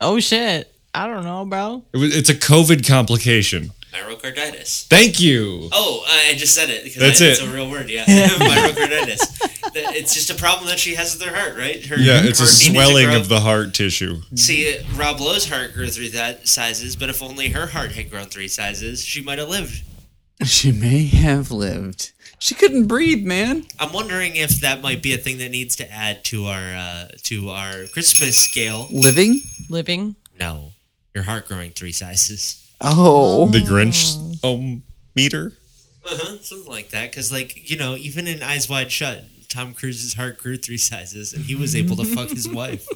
Speaker 4: Oh shit! I don't know, bro.
Speaker 5: it was, it's a COVID complication.
Speaker 3: Myocarditis.
Speaker 5: Thank you.
Speaker 3: Oh, I I just said it. 'cause
Speaker 5: That's
Speaker 3: I- It's
Speaker 5: it.
Speaker 3: a real word, yeah. Myocarditis. That- it's just a problem that she has with her heart, right? Her
Speaker 5: Yeah, it's a
Speaker 3: heart needed to
Speaker 5: swelling
Speaker 3: grow-
Speaker 5: of the heart tissue.
Speaker 3: See, Rob Lowe's heart grew three that sizes, but if only her heart had grown three sizes, she might have lived.
Speaker 2: She may have lived. She couldn't breathe, man.
Speaker 3: I'm wondering if that might be a thing that needs to add to our uh, to our Christmas scale.
Speaker 2: Living?
Speaker 4: Living.
Speaker 3: No, Your heart growing three sizes.
Speaker 2: Oh,
Speaker 5: The Grinch um, meter.
Speaker 3: Uh-huh, something like that. Because, like, you know, even in Eyes Wide Shut, Tom Cruise's heart grew three sizes and he was able to fuck his wife.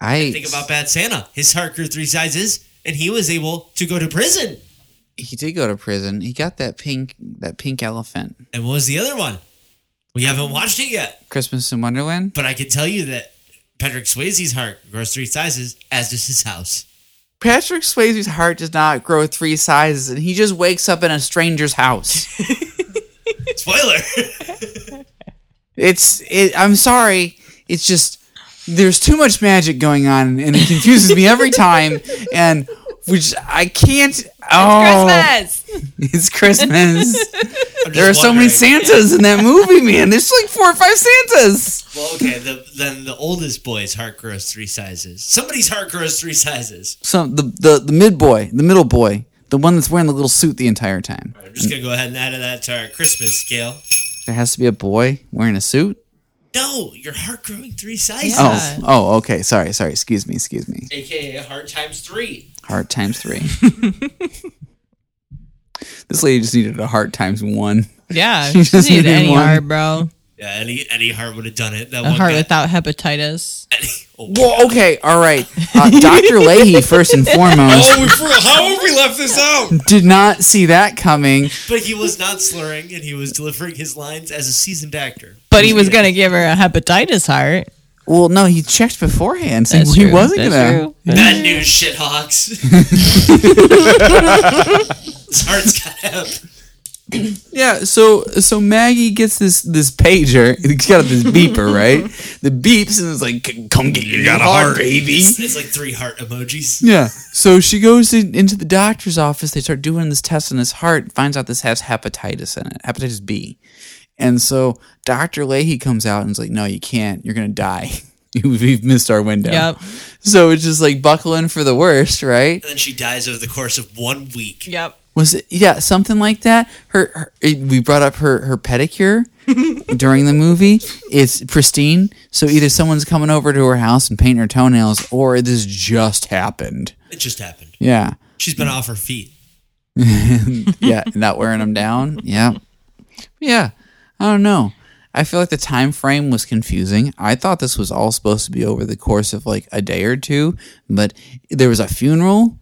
Speaker 2: I
Speaker 3: Think about Bad Santa. His heart grew three sizes and he was able to go to prison.
Speaker 2: He did go to prison. He got that pink that pink elephant.
Speaker 3: And what was the other one? We haven't watched it yet.
Speaker 2: Christmas in Wonderland.
Speaker 3: But I can tell you that Patrick Swayze's heart grows three sizes, as does his house.
Speaker 2: Patrick Swayze's heart does not grow three sizes, and he just wakes up in a stranger's house.
Speaker 3: Spoiler!
Speaker 2: it's it, I'm sorry. It's just there's too much magic going on, and it confuses me every time. And which I can't. Oh,
Speaker 4: Christmas.
Speaker 2: It's Christmas. there are so many
Speaker 3: wondering.
Speaker 2: Santas in that movie, man. There's like four or five Santas.
Speaker 3: well, okay, the, then the oldest boy's heart grows three sizes. Somebody's heart grows three sizes.
Speaker 2: So the the the mid boy, the middle boy, the one that's wearing the little suit the entire time.
Speaker 3: I'm just gonna go ahead and add that to our Christmas scale.
Speaker 2: There has to be a boy wearing a suit.
Speaker 3: No, your heart growing three sizes.
Speaker 2: Oh, oh, okay. Sorry, sorry. Excuse me, excuse me.
Speaker 3: AKA heart times three.
Speaker 2: Heart times three. this lady just needed a heart times one.
Speaker 4: Yeah,
Speaker 2: She
Speaker 4: she
Speaker 2: doesn't
Speaker 4: need
Speaker 2: need
Speaker 4: any
Speaker 2: one.
Speaker 4: heart, bro.
Speaker 3: Yeah, any any heart would have done it. That
Speaker 4: A
Speaker 3: one
Speaker 4: heart
Speaker 3: guy- oh.
Speaker 4: without hepatitis.
Speaker 2: Well, okay, all right. Uh, Doctor Leahy, first and foremost,
Speaker 5: Oh, we for, how have we left this out?
Speaker 2: did not see that coming.
Speaker 3: But he was not slurring, and he was delivering his lines as a seasoned actor.
Speaker 4: But he was gonna give her a hepatitis heart.
Speaker 2: Well, no, he checked beforehand. So
Speaker 4: That's
Speaker 2: he
Speaker 4: true.
Speaker 2: wasn't
Speaker 4: That's
Speaker 2: gonna.
Speaker 4: true.
Speaker 3: Bad news, shithawks. his heart's got hep.
Speaker 2: Yeah, so so Maggie gets this this pager. It's got this beeper, right? The beeps and it's like, "Come get your got heart, baby."
Speaker 3: It's like three heart emojis.
Speaker 2: Yeah. So she goes in, into the doctor's office. They start doing this test on his heart. Finds out this has hepatitis in it, hepatitis B. And so Doctor Leahy comes out and is like, "No, you can't. You're gonna die. We've missed our window."
Speaker 4: Yep.
Speaker 2: So it's just like buckling for the worst, right?
Speaker 3: And then she dies over the course of one week.
Speaker 4: Yep.
Speaker 2: was it yeah something like that her, her it- we brought up her her pedicure during the movie it's pristine so either someone's coming over to her house and painting her toenails or this just happened
Speaker 3: It just happened.
Speaker 2: yeah
Speaker 3: She's been off her feet.
Speaker 2: yeah not wearing them down yeah yeah i don't know i feel like the time frame was confusing i thought this was all supposed to be over the course of like a day or two but there was a funeral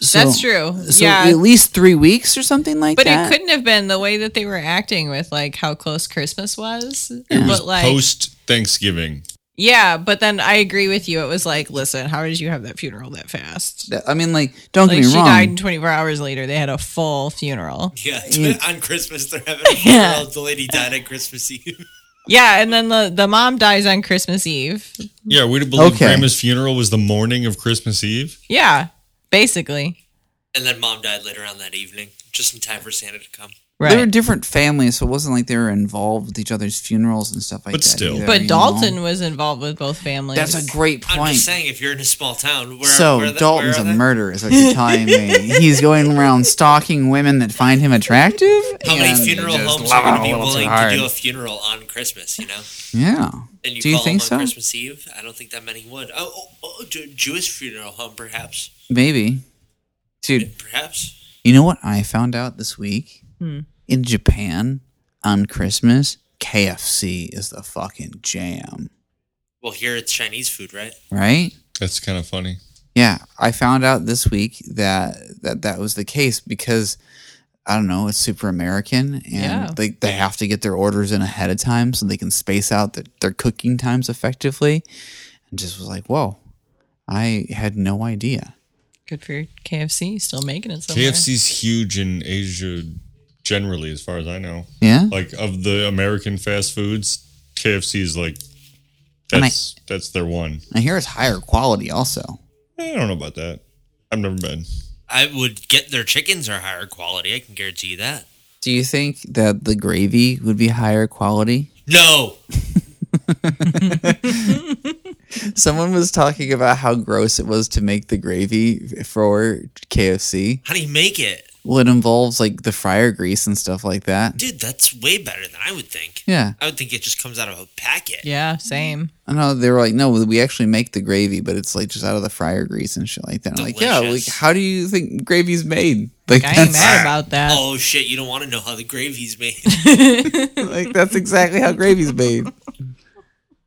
Speaker 2: so,
Speaker 4: That's true.
Speaker 2: so
Speaker 4: yeah.
Speaker 2: at least three weeks or something like
Speaker 4: but
Speaker 2: that
Speaker 4: it couldn't have been the way that they were acting with like how close Christmas was. But like
Speaker 5: Post Thanksgiving.
Speaker 4: Yeah, but then I agree with you. It was like, listen, how did you have that funeral that fast?
Speaker 2: That- I mean, like, don't
Speaker 4: Like
Speaker 2: get me
Speaker 4: she
Speaker 2: wrong.
Speaker 4: died and 24 hours later. They had a full funeral.
Speaker 3: Yeah, on Christmas they're having a funeral. The lady died on Christmas Eve.
Speaker 4: Yeah, and then the, the mom dies on Christmas Eve.
Speaker 5: Yeah, we believe
Speaker 2: Okay.
Speaker 5: Grandma's funeral was the morning of Christmas Eve.
Speaker 4: Yeah, basically.
Speaker 3: And then mom died later on that evening, just in time for Santa to come.
Speaker 2: They were
Speaker 4: Right.
Speaker 2: different families, so it wasn't like they were involved with each other's funerals and stuff like
Speaker 5: But
Speaker 2: that.
Speaker 5: still.
Speaker 2: either,
Speaker 4: But
Speaker 2: you
Speaker 4: Dalton
Speaker 2: know?
Speaker 4: was involved with both families.
Speaker 2: That's a great
Speaker 3: I'm
Speaker 2: point.
Speaker 3: just saying, if you're in a small town, where
Speaker 2: so
Speaker 3: where the-
Speaker 2: Dalton's
Speaker 3: where are
Speaker 2: a
Speaker 3: they?
Speaker 2: murderer, is what you're telling me. He's going around stalking women that find him attractive.
Speaker 3: How many
Speaker 2: and
Speaker 3: funeral
Speaker 2: just
Speaker 3: homes are going to be
Speaker 2: love him
Speaker 3: willing
Speaker 2: hard.
Speaker 3: to do a funeral on Christmas? You know,
Speaker 2: Yeah.
Speaker 3: and you
Speaker 2: do
Speaker 3: call
Speaker 2: you think
Speaker 3: them
Speaker 2: so?
Speaker 3: on Christmas Eve. I don't think that many would. Oh, oh, oh, Ju- Jewish funeral home, perhaps,
Speaker 2: Maybe, dude.
Speaker 3: perhaps.
Speaker 2: You know what I found out this week? In Japan, on Christmas, KFC is the fucking jam,
Speaker 3: Well, here it's Chinese food, right?
Speaker 2: right?
Speaker 5: That's kind of funny.
Speaker 2: Yeah, I found out this week that that, that was the case because I don't know, it's super American and
Speaker 4: Yeah.
Speaker 2: they, they have to get their orders in ahead of time so they can space out the, their cooking times effectively. And just was like, whoa, I had no idea.
Speaker 4: Good for KFC, still making it somewhere.
Speaker 5: KFC's huge in Asia generally, as far as I know.
Speaker 2: Yeah.
Speaker 5: Like of the American fast foods, KFC is like that's that's their one.
Speaker 2: I hear it's higher quality also.
Speaker 5: I don't know about that. I've never been.
Speaker 3: I would get their chickens are higher quality. I can guarantee you that.
Speaker 2: Do you think that the gravy would be higher quality?
Speaker 3: No,
Speaker 2: Someone was talking about how gross it was to make the gravy for KFC.
Speaker 3: how do you make it?
Speaker 2: Well, it involves like the fryer grease and stuff like that.
Speaker 3: Dude, that's way better than I would think.
Speaker 2: Yeah.
Speaker 3: I would think it just comes out of a packet.
Speaker 4: Yeah, same.
Speaker 2: I know they were like, no, we actually make the gravy, but it's like just out of the fryer grease and shit like that. I'm like, yeah, like
Speaker 3: Delicious.
Speaker 2: how do you think gravy's made? Like
Speaker 4: I ain't mad
Speaker 2: that's,
Speaker 4: about that.
Speaker 3: Oh shit, you don't want to know how the gravy's made.
Speaker 2: like that's exactly how gravy's made.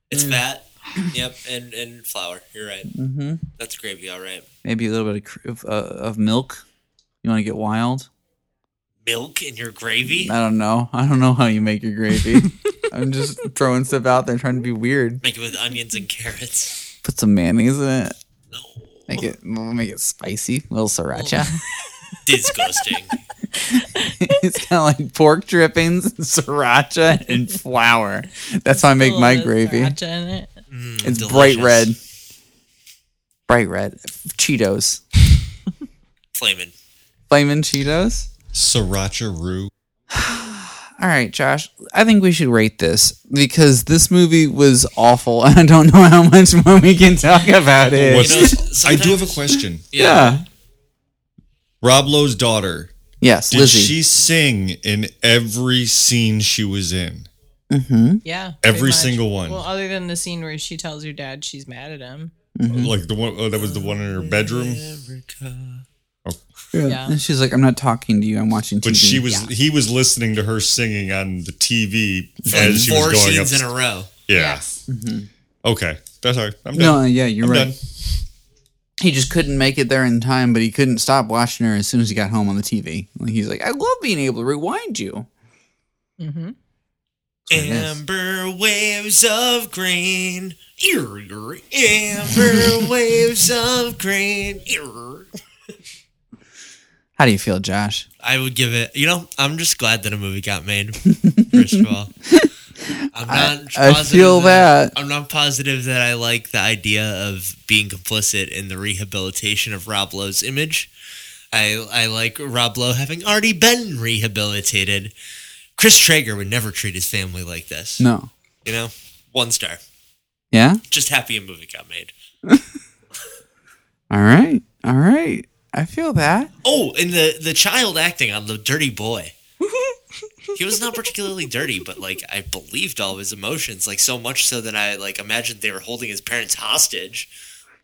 Speaker 3: It's fat. Yep, and and flour. You're right.
Speaker 4: Mm-hmm.
Speaker 2: hmm
Speaker 3: That's gravy, all right.
Speaker 2: Maybe a little bit of cr- of, uh, of milk. You want to get wild?
Speaker 3: Milk in your gravy?
Speaker 2: I don't know. I don't know how you make your gravy. I'm just throwing stuff out there, trying to be weird.
Speaker 3: Make it with onions and carrots.
Speaker 2: Put some mayonnaise in it.
Speaker 3: No.
Speaker 2: Make it make it spicy. A little sriracha.
Speaker 4: Oh.
Speaker 3: Disgusting. Hmm,
Speaker 2: it's kind of like pork drippings, sriracha, and flour. That's how I make
Speaker 4: Little
Speaker 2: my
Speaker 4: bit of
Speaker 2: gravy.
Speaker 4: sriracha in it.
Speaker 2: It's bright
Speaker 3: Delicious.
Speaker 2: red. Bright red. Cheetos.
Speaker 3: Flamin'.
Speaker 2: Flamin' Cheetos.
Speaker 5: Sriracha roux.
Speaker 2: All right, Josh. I think we should rate this because this movie was awful, and I don't know how much more we can talk about it.
Speaker 5: What's-
Speaker 3: You know,
Speaker 5: I do have a
Speaker 3: sometimes-
Speaker 5: question.
Speaker 2: yeah.
Speaker 5: Rob Lowe's daughter.
Speaker 2: Yes,
Speaker 5: Did
Speaker 2: Lizzie.
Speaker 5: she sing in every scene she was in?
Speaker 2: Mm-hmm.
Speaker 4: Yeah.
Speaker 5: Every
Speaker 4: pretty much.
Speaker 5: single one.
Speaker 4: Well, other than the scene where she tells her dad she's mad at him.
Speaker 2: Mm-hmm.
Speaker 5: Like the one oh, that was the one in her bedroom.
Speaker 2: yeah.
Speaker 4: Yeah.
Speaker 2: And she's like, "I'm not talking to you. I'm watching TV."
Speaker 5: But she was
Speaker 2: Yeah.
Speaker 5: he was listening to her singing on the TV
Speaker 3: Like
Speaker 5: as she
Speaker 3: four
Speaker 5: was going up.
Speaker 3: scenes in a row.
Speaker 5: yeah. Okay. That's all right. I'm
Speaker 2: No,
Speaker 5: done.
Speaker 2: yeah, you're
Speaker 5: Mm-hmm. I'm
Speaker 2: right.
Speaker 5: done.
Speaker 2: He just couldn't make it there in time, but he couldn't stop watching her as soon as he got home on the TV. Like, he's like, "I love being able to rewind you."
Speaker 4: Mm-hmm.
Speaker 2: That's what it is.
Speaker 3: Amber waves of grain. Ear, ear, Amber waves of grain. Ear.
Speaker 2: How do you feel, Josh?
Speaker 3: I would give it. You know, I'm just glad that a movie got made. First of all, I'm
Speaker 2: I-
Speaker 3: not.
Speaker 2: I
Speaker 3: positive
Speaker 2: feel that.
Speaker 3: I'm not positive that I like the idea of being complicit in the rehabilitation of Rob Lowe's image. I I like Rob Lowe having already been rehabilitated. Chris Traeger would never treat his family like this.
Speaker 2: No.
Speaker 3: You know, one star.
Speaker 2: Yeah.
Speaker 3: Just happy a movie got made.
Speaker 2: All right. All right. I feel that.
Speaker 3: Oh, and the the child acting on the dirty boy. he was not particularly dirty, but like I believed all of his emotions, like so much so that I like imagined they were holding his parents hostage.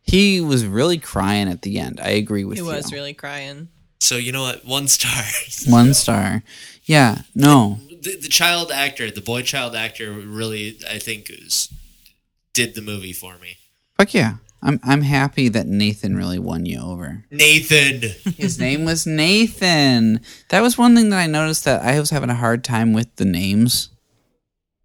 Speaker 2: He was really crying at the end. I agree with
Speaker 4: He
Speaker 2: you.
Speaker 4: was really crying.
Speaker 3: So you know what? One star.
Speaker 2: One star. Yeah. No.
Speaker 3: the, the child actor, the boy child actor, really I think is, did the movie for me.
Speaker 2: Fuck yeah. I'm I'm happy that Nathan really won you over.
Speaker 3: Nathan.
Speaker 2: His name was Nathan. That was one thing that I noticed that I was having a hard time with the names.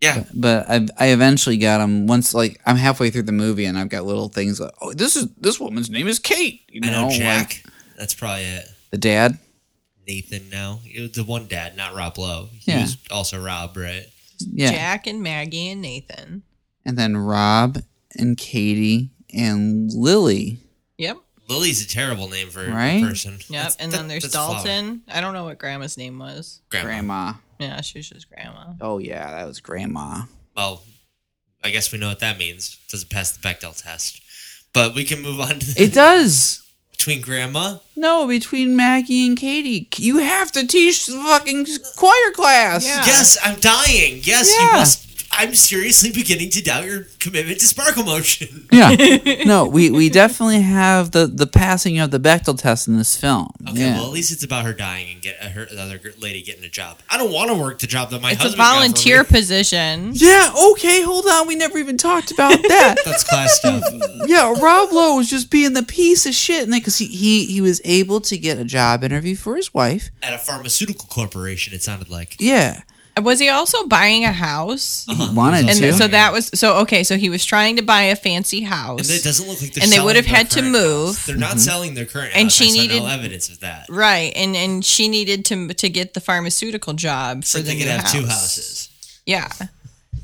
Speaker 3: Yeah.
Speaker 2: But I I eventually got them once like I'm halfway through the movie and I've got little things like oh this is this woman's name is Kate. You
Speaker 3: I
Speaker 2: know,
Speaker 3: know Jack.
Speaker 2: like
Speaker 3: That's probably it.
Speaker 2: the dad.
Speaker 3: Nathan now. It was the one dad, not Rob Lowe. He
Speaker 2: Yeah.
Speaker 3: was also Rob, right?
Speaker 2: Yeah.
Speaker 4: Jack and Maggie and Nathan.
Speaker 2: And then Rob and Katie and Lily.
Speaker 4: Yep.
Speaker 3: Lily's a terrible name for
Speaker 2: Right?
Speaker 3: a person.
Speaker 4: Yep.
Speaker 3: That's-
Speaker 4: and
Speaker 3: that-
Speaker 4: then there's
Speaker 3: that's a flower.
Speaker 4: Dalton. I don't know what grandma's name was.
Speaker 3: Grandma.
Speaker 2: Grandma.
Speaker 4: Yeah, she was just grandma.
Speaker 2: Oh yeah, that was grandma.
Speaker 3: Well, I guess we know what that means. Doesn't pass the Bechdel test. But we can move on to the,
Speaker 2: It does.
Speaker 3: between grandma.
Speaker 2: No, between Maggie and Katie, you have to teach the fucking choir class.
Speaker 4: Yeah.
Speaker 3: Yes, I'm dying. Yes,
Speaker 2: Yeah.
Speaker 3: you must. I'm seriously beginning to doubt your commitment to sparkle motion.
Speaker 2: Yeah. no, we, we definitely have the, the passing of the Bechtel test in this film.
Speaker 3: Okay,
Speaker 2: yeah.
Speaker 3: well at least it's about her dying and get uh, her the other gr- lady getting a job. I don't want to work the job that my
Speaker 4: It's a
Speaker 3: husband got for
Speaker 4: volunteer
Speaker 3: me.
Speaker 4: position.
Speaker 2: yeah, okay, hold on. We never even talked about that.
Speaker 3: That's class stuff.
Speaker 2: yeah, Rob Lowe was just being the piece of shit. And because he, he, he was able to get a job interview for his wife.
Speaker 3: At a pharmaceutical corporation, it sounded like.
Speaker 2: Yeah.
Speaker 4: Was he also buying a house?
Speaker 2: He wanted
Speaker 4: Uh-huh. And
Speaker 2: to.
Speaker 4: so that was so okay. So he was trying to buy a fancy house,
Speaker 3: And it doesn't look like they're
Speaker 4: And they
Speaker 3: selling
Speaker 4: would have
Speaker 3: their
Speaker 4: had to
Speaker 3: current
Speaker 4: move.
Speaker 3: house. They're not
Speaker 5: Mm-hmm.
Speaker 3: selling their current
Speaker 4: And
Speaker 3: house.
Speaker 4: she
Speaker 3: I saw
Speaker 4: needed-
Speaker 3: no evidence of that.
Speaker 4: right? And and she needed to to get the pharmaceutical job for
Speaker 3: So
Speaker 4: the
Speaker 3: they
Speaker 4: new
Speaker 3: could have
Speaker 4: house.
Speaker 3: two houses.
Speaker 4: Yeah,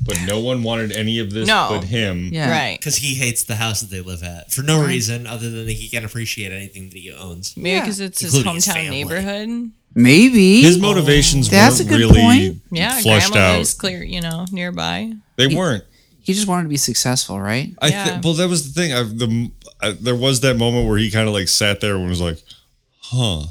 Speaker 5: But no one wanted any of this
Speaker 4: No.
Speaker 5: but him.
Speaker 2: yeah.
Speaker 4: right.
Speaker 3: Because he hates the house that they live at for no reason other than that he can appreciate anything that he owns.
Speaker 4: Maybe
Speaker 2: Yeah.
Speaker 4: because it's his
Speaker 3: Including his
Speaker 4: hometown
Speaker 3: family.
Speaker 4: neighborhood.
Speaker 2: Maybe.
Speaker 5: His motivations
Speaker 2: That's
Speaker 5: weren't
Speaker 2: a good
Speaker 5: really
Speaker 2: point.
Speaker 4: Yeah,
Speaker 5: flushed
Speaker 4: grandma
Speaker 5: out.
Speaker 4: lives clear, you know, nearby.
Speaker 5: They weren't.
Speaker 2: he just wanted to be successful, right?
Speaker 5: I
Speaker 4: Yeah.
Speaker 5: think. Well, that was the thing. I, the I, there was that moment where he kind of like sat there and was like, "Huh,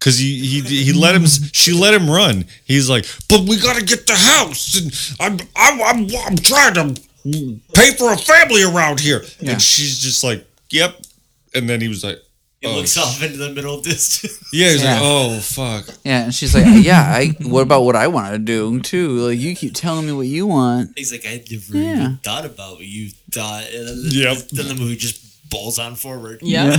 Speaker 5: Cause he he he let him. She let him run. He's like, but we gotta get the house, and I'm I'm I'm, I'm trying to pay for a family around here.
Speaker 2: Yeah.
Speaker 5: And she's just like, yep. And then he was like,
Speaker 3: It
Speaker 5: Oh,
Speaker 3: looks off into the middle distance.
Speaker 5: yeah. He's
Speaker 2: Yeah.
Speaker 5: like, oh fuck.
Speaker 2: Yeah, and she's like, yeah, I. What about what I want to do too? Like you keep telling me what you want.
Speaker 3: He's like, I never
Speaker 2: Yeah.
Speaker 3: even thought about what you thought. And then, the-
Speaker 5: Yep.
Speaker 3: then the movie just bowls on forward.
Speaker 4: Yeah.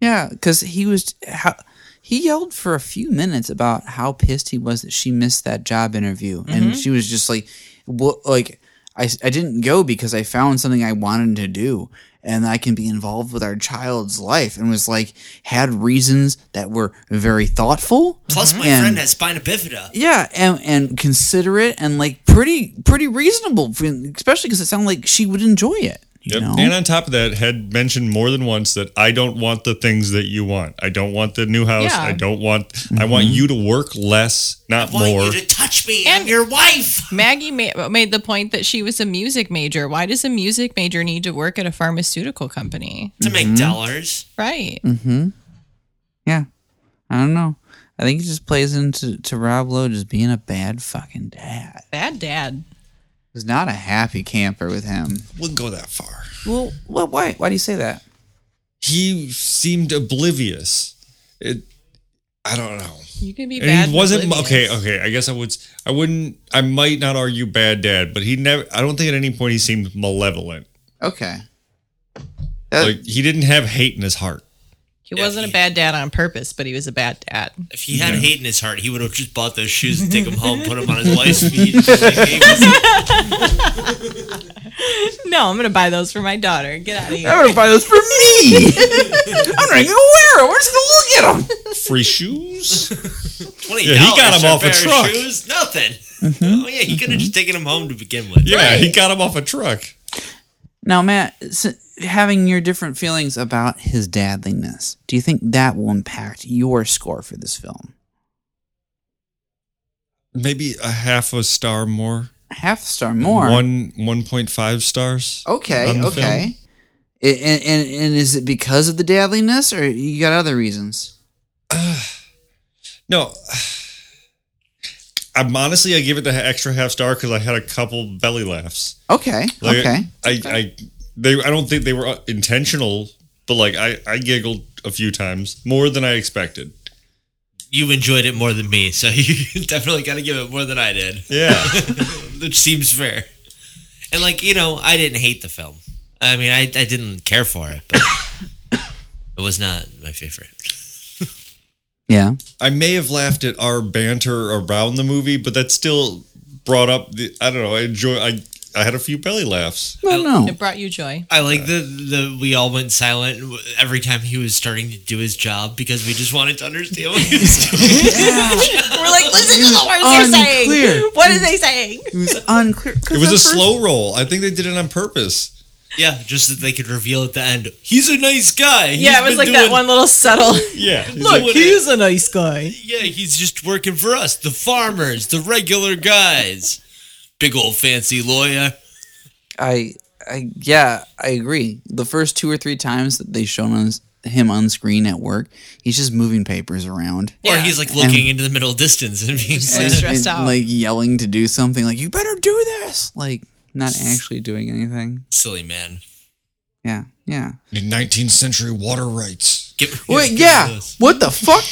Speaker 2: Yeah, because he was how he yelled for a few minutes about how pissed he was that she missed that job interview,
Speaker 3: Mm-hmm.
Speaker 2: and she was just like, "What? Like, I I didn't go because I found something I wanted to do, and I can be involved with our child's life," and was like had reasons that were very thoughtful.
Speaker 3: Plus, my
Speaker 2: and-
Speaker 3: friend has spina bifida.
Speaker 2: yeah, and and considerate and like pretty pretty reasonable, especially because it sounded like she would enjoy it. You
Speaker 5: Yep.
Speaker 2: know?
Speaker 5: And on top of that, had mentioned more than once that I don't want the things that you want. I don't want the new house.
Speaker 4: Yeah.
Speaker 5: I don't want.
Speaker 2: Mm-hmm.
Speaker 5: I want you to work less, not
Speaker 3: I want
Speaker 5: more.
Speaker 3: you to touch me.
Speaker 4: And-
Speaker 3: I'm your wife.
Speaker 4: Maggie ma- made the point that she was a music major. Why does a music major need to work at a pharmaceutical company?
Speaker 3: To
Speaker 5: Mm-hmm.
Speaker 3: make dollars.
Speaker 4: Right.
Speaker 2: Yeah. I don't know. I think it just plays into to Rob Lowe just being a bad fucking dad.
Speaker 4: Bad dad.
Speaker 2: He's not a happy camper with him.
Speaker 5: Wouldn't go that far.
Speaker 2: Well, what? Why? Why do you say that?
Speaker 5: He seemed oblivious. It. I don't know.
Speaker 4: You can be bad.
Speaker 5: And he wasn't
Speaker 4: oblivious.
Speaker 5: okay. Okay, I guess I would. I wouldn't. I might not argue bad dad, but he never. I don't think at any point he seemed malevolent.
Speaker 2: Okay. That-
Speaker 5: like he didn't have hate in his heart.
Speaker 4: He wasn't a bad dad on purpose, but he was a bad dad.
Speaker 3: If he had hate in his heart, he would have just bought those shoes and take them home, put them on his wife's feet. He was-
Speaker 4: No, I'm gonna buy those for my daughter. Get out of here.
Speaker 2: I'm gonna buy those for me. I'm not even gonna wear them. We're just gonna look at them.
Speaker 5: Free shoes.
Speaker 3: $20
Speaker 5: Yeah, he got them
Speaker 3: for
Speaker 5: off a
Speaker 3: pair
Speaker 5: truck. Mm-hmm.
Speaker 3: Shoes, nothing. Oh, yeah, he could have just taken them home to begin with.
Speaker 5: yeah, he got him off a truck.
Speaker 2: Now, Matt, s- having your different feelings about his dadliness, do you think that will impact your score for this film?
Speaker 5: Maybe a half a star more.
Speaker 2: Half a star more.
Speaker 5: One one point five stars. on
Speaker 2: Okay,
Speaker 5: the
Speaker 2: okay. I- And, and and is it because of the dadliness, or you got other reasons?
Speaker 5: No. I'm honestly, I give it the extra half star because I had a couple belly laughs.
Speaker 2: Okay,
Speaker 5: Like,
Speaker 2: okay.
Speaker 5: I, I, they, I don't think they were uh, intentional, but like I, I giggled a few times more than I expected.
Speaker 3: You enjoyed it more than me, so you definitely got to give it more than I did.
Speaker 5: Yeah.
Speaker 3: which seems fair. And like you know, I didn't hate the film. I mean, I, I didn't care for it, but it was not my favorite.
Speaker 2: Yeah.
Speaker 5: I may have laughed at our banter around the movie, but that still brought up the, I don't know, I enjoy, I, I had a few belly laughs.
Speaker 2: No, no.
Speaker 4: It brought you joy.
Speaker 3: I like the the we all went silent every time he was starting to do his job because we just wanted to understand what he was doing.
Speaker 4: We're like, listen to the words they're
Speaker 2: Unclear.
Speaker 4: saying. What are they saying?
Speaker 2: It was unclear. 'cause
Speaker 5: It was
Speaker 2: at
Speaker 5: a
Speaker 2: first-
Speaker 5: slow roll. I think they did it on purpose.
Speaker 3: yeah, just that they could reveal at the end. He's a nice guy. He's
Speaker 4: yeah, it was
Speaker 3: been
Speaker 4: like that
Speaker 3: doing-
Speaker 4: one little subtle.
Speaker 5: Yeah. He's
Speaker 4: Look,
Speaker 5: like,
Speaker 4: he's a nice guy.
Speaker 3: Yeah, he's just working for us, the farmers, the regular guys. Big old fancy lawyer.
Speaker 2: I, I, yeah, I agree. The first two or three times that they shown us him on screen at work, he's just moving papers around.
Speaker 3: Or he's like looking into the middle distance and being
Speaker 4: So stressed out.
Speaker 2: like yelling to do something, like you better do this, like not actually doing anything.
Speaker 3: silly man.
Speaker 2: Yeah, yeah.
Speaker 5: 19th century water rights.
Speaker 3: Get-
Speaker 2: Wait,
Speaker 3: get
Speaker 2: yeah.
Speaker 3: this.
Speaker 2: What the fuck?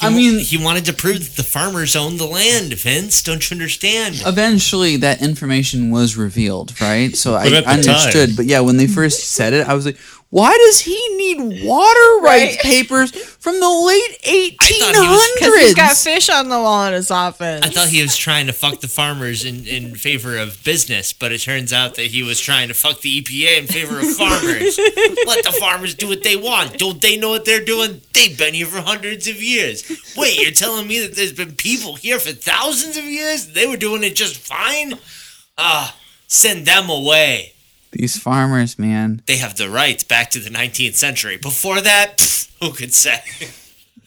Speaker 2: I mean,
Speaker 3: He wanted to prove that the farmers own the land, Vince. Don't you understand?
Speaker 2: eventually that information was revealed, right? So I
Speaker 5: at the
Speaker 2: understood.
Speaker 5: time-
Speaker 2: But yeah, when they first said it, I was like, why does he need water rights
Speaker 4: Right.
Speaker 2: papers from the late 1800s?
Speaker 4: Because he's got fish on the wall in his office.
Speaker 3: I thought he was trying to fuck the farmers in, in favor of business, but it turns out that he was trying to fuck the EPA in favor of farmers. Let the farmers do what they want. Don't they know what they're doing? They've been here for hundreds of years. Wait, you're telling me that there's been people here for thousands of years? They were doing it just fine? Ah, send them away.
Speaker 2: These farmers, man.
Speaker 3: they have the rights back to the 19th century. Before that, pfft, who could say?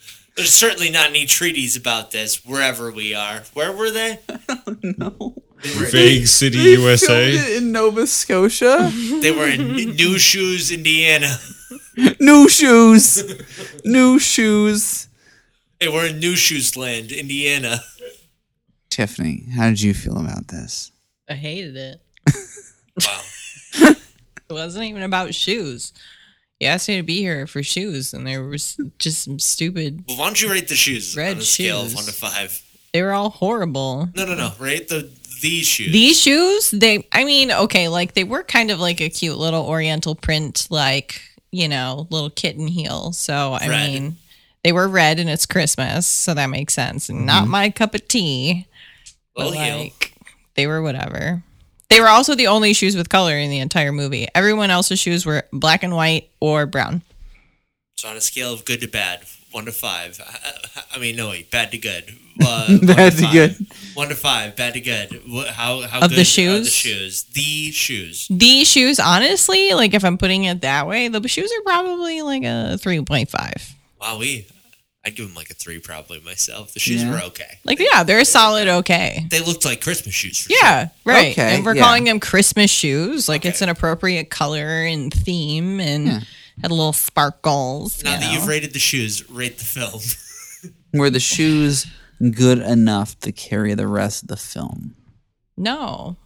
Speaker 3: There's certainly not any treaties about this wherever we are. Where were they?
Speaker 5: Vague City,
Speaker 2: Filmed
Speaker 5: USA.
Speaker 2: it in Nova Scotia.
Speaker 3: They were in New Shoes, Indiana.
Speaker 2: New shoes. New shoes.
Speaker 3: Hey, we're in New Shoes Land, Indiana.
Speaker 2: Tiffany, how did you feel about this?
Speaker 4: I hated it.
Speaker 3: Wow.
Speaker 4: It wasn't even about shoes. You asked me to be here for shoes, and there was just some stupid.
Speaker 3: Well, why don't you rate the shoes
Speaker 4: Red
Speaker 3: on a scale of
Speaker 4: shoes.
Speaker 3: one to five?
Speaker 4: They were all horrible.
Speaker 3: No, no, no. Rate the these shoes.
Speaker 4: These shoes, they, I mean, okay, like they were kind of like a cute little oriental print, like, you know, little kitten heel. So, I
Speaker 3: Red.
Speaker 4: mean, they were red and it's Christmas. So that makes sense. And not my cup of tea.
Speaker 3: Little
Speaker 4: But
Speaker 3: heel.
Speaker 4: like, they were whatever. They were also the only shoes with color in the entire movie. Everyone else's shoes were black and white or brown.
Speaker 3: So on a scale of good to bad, one to five. I, I- I mean, no, wait, bad to good. Uh, one
Speaker 2: Bad to
Speaker 3: five.
Speaker 2: good.
Speaker 3: One to five, bad to good. What, how how
Speaker 4: Of
Speaker 3: good are
Speaker 4: the
Speaker 3: the
Speaker 4: shoes?
Speaker 3: shoes? The shoes.
Speaker 4: These shoes, honestly, like if I'm putting it that way, the shoes are probably like a 3.5.
Speaker 3: Wowee. I'd give them like a three probably myself. The shoes
Speaker 2: Yeah.
Speaker 3: were okay.
Speaker 4: Like, yeah, they're a solid okay.
Speaker 3: They looked like Christmas shoes for sure.
Speaker 4: Yeah, right.
Speaker 2: Okay,
Speaker 4: and we're
Speaker 2: yeah.
Speaker 4: calling them Christmas shoes. Like it's an appropriate color and theme and had little sparkles.
Speaker 3: Now
Speaker 4: you
Speaker 3: that you've
Speaker 4: know.
Speaker 3: rated the shoes, rate the film.
Speaker 2: Were the shoes good enough to carry the rest of the film?
Speaker 4: No.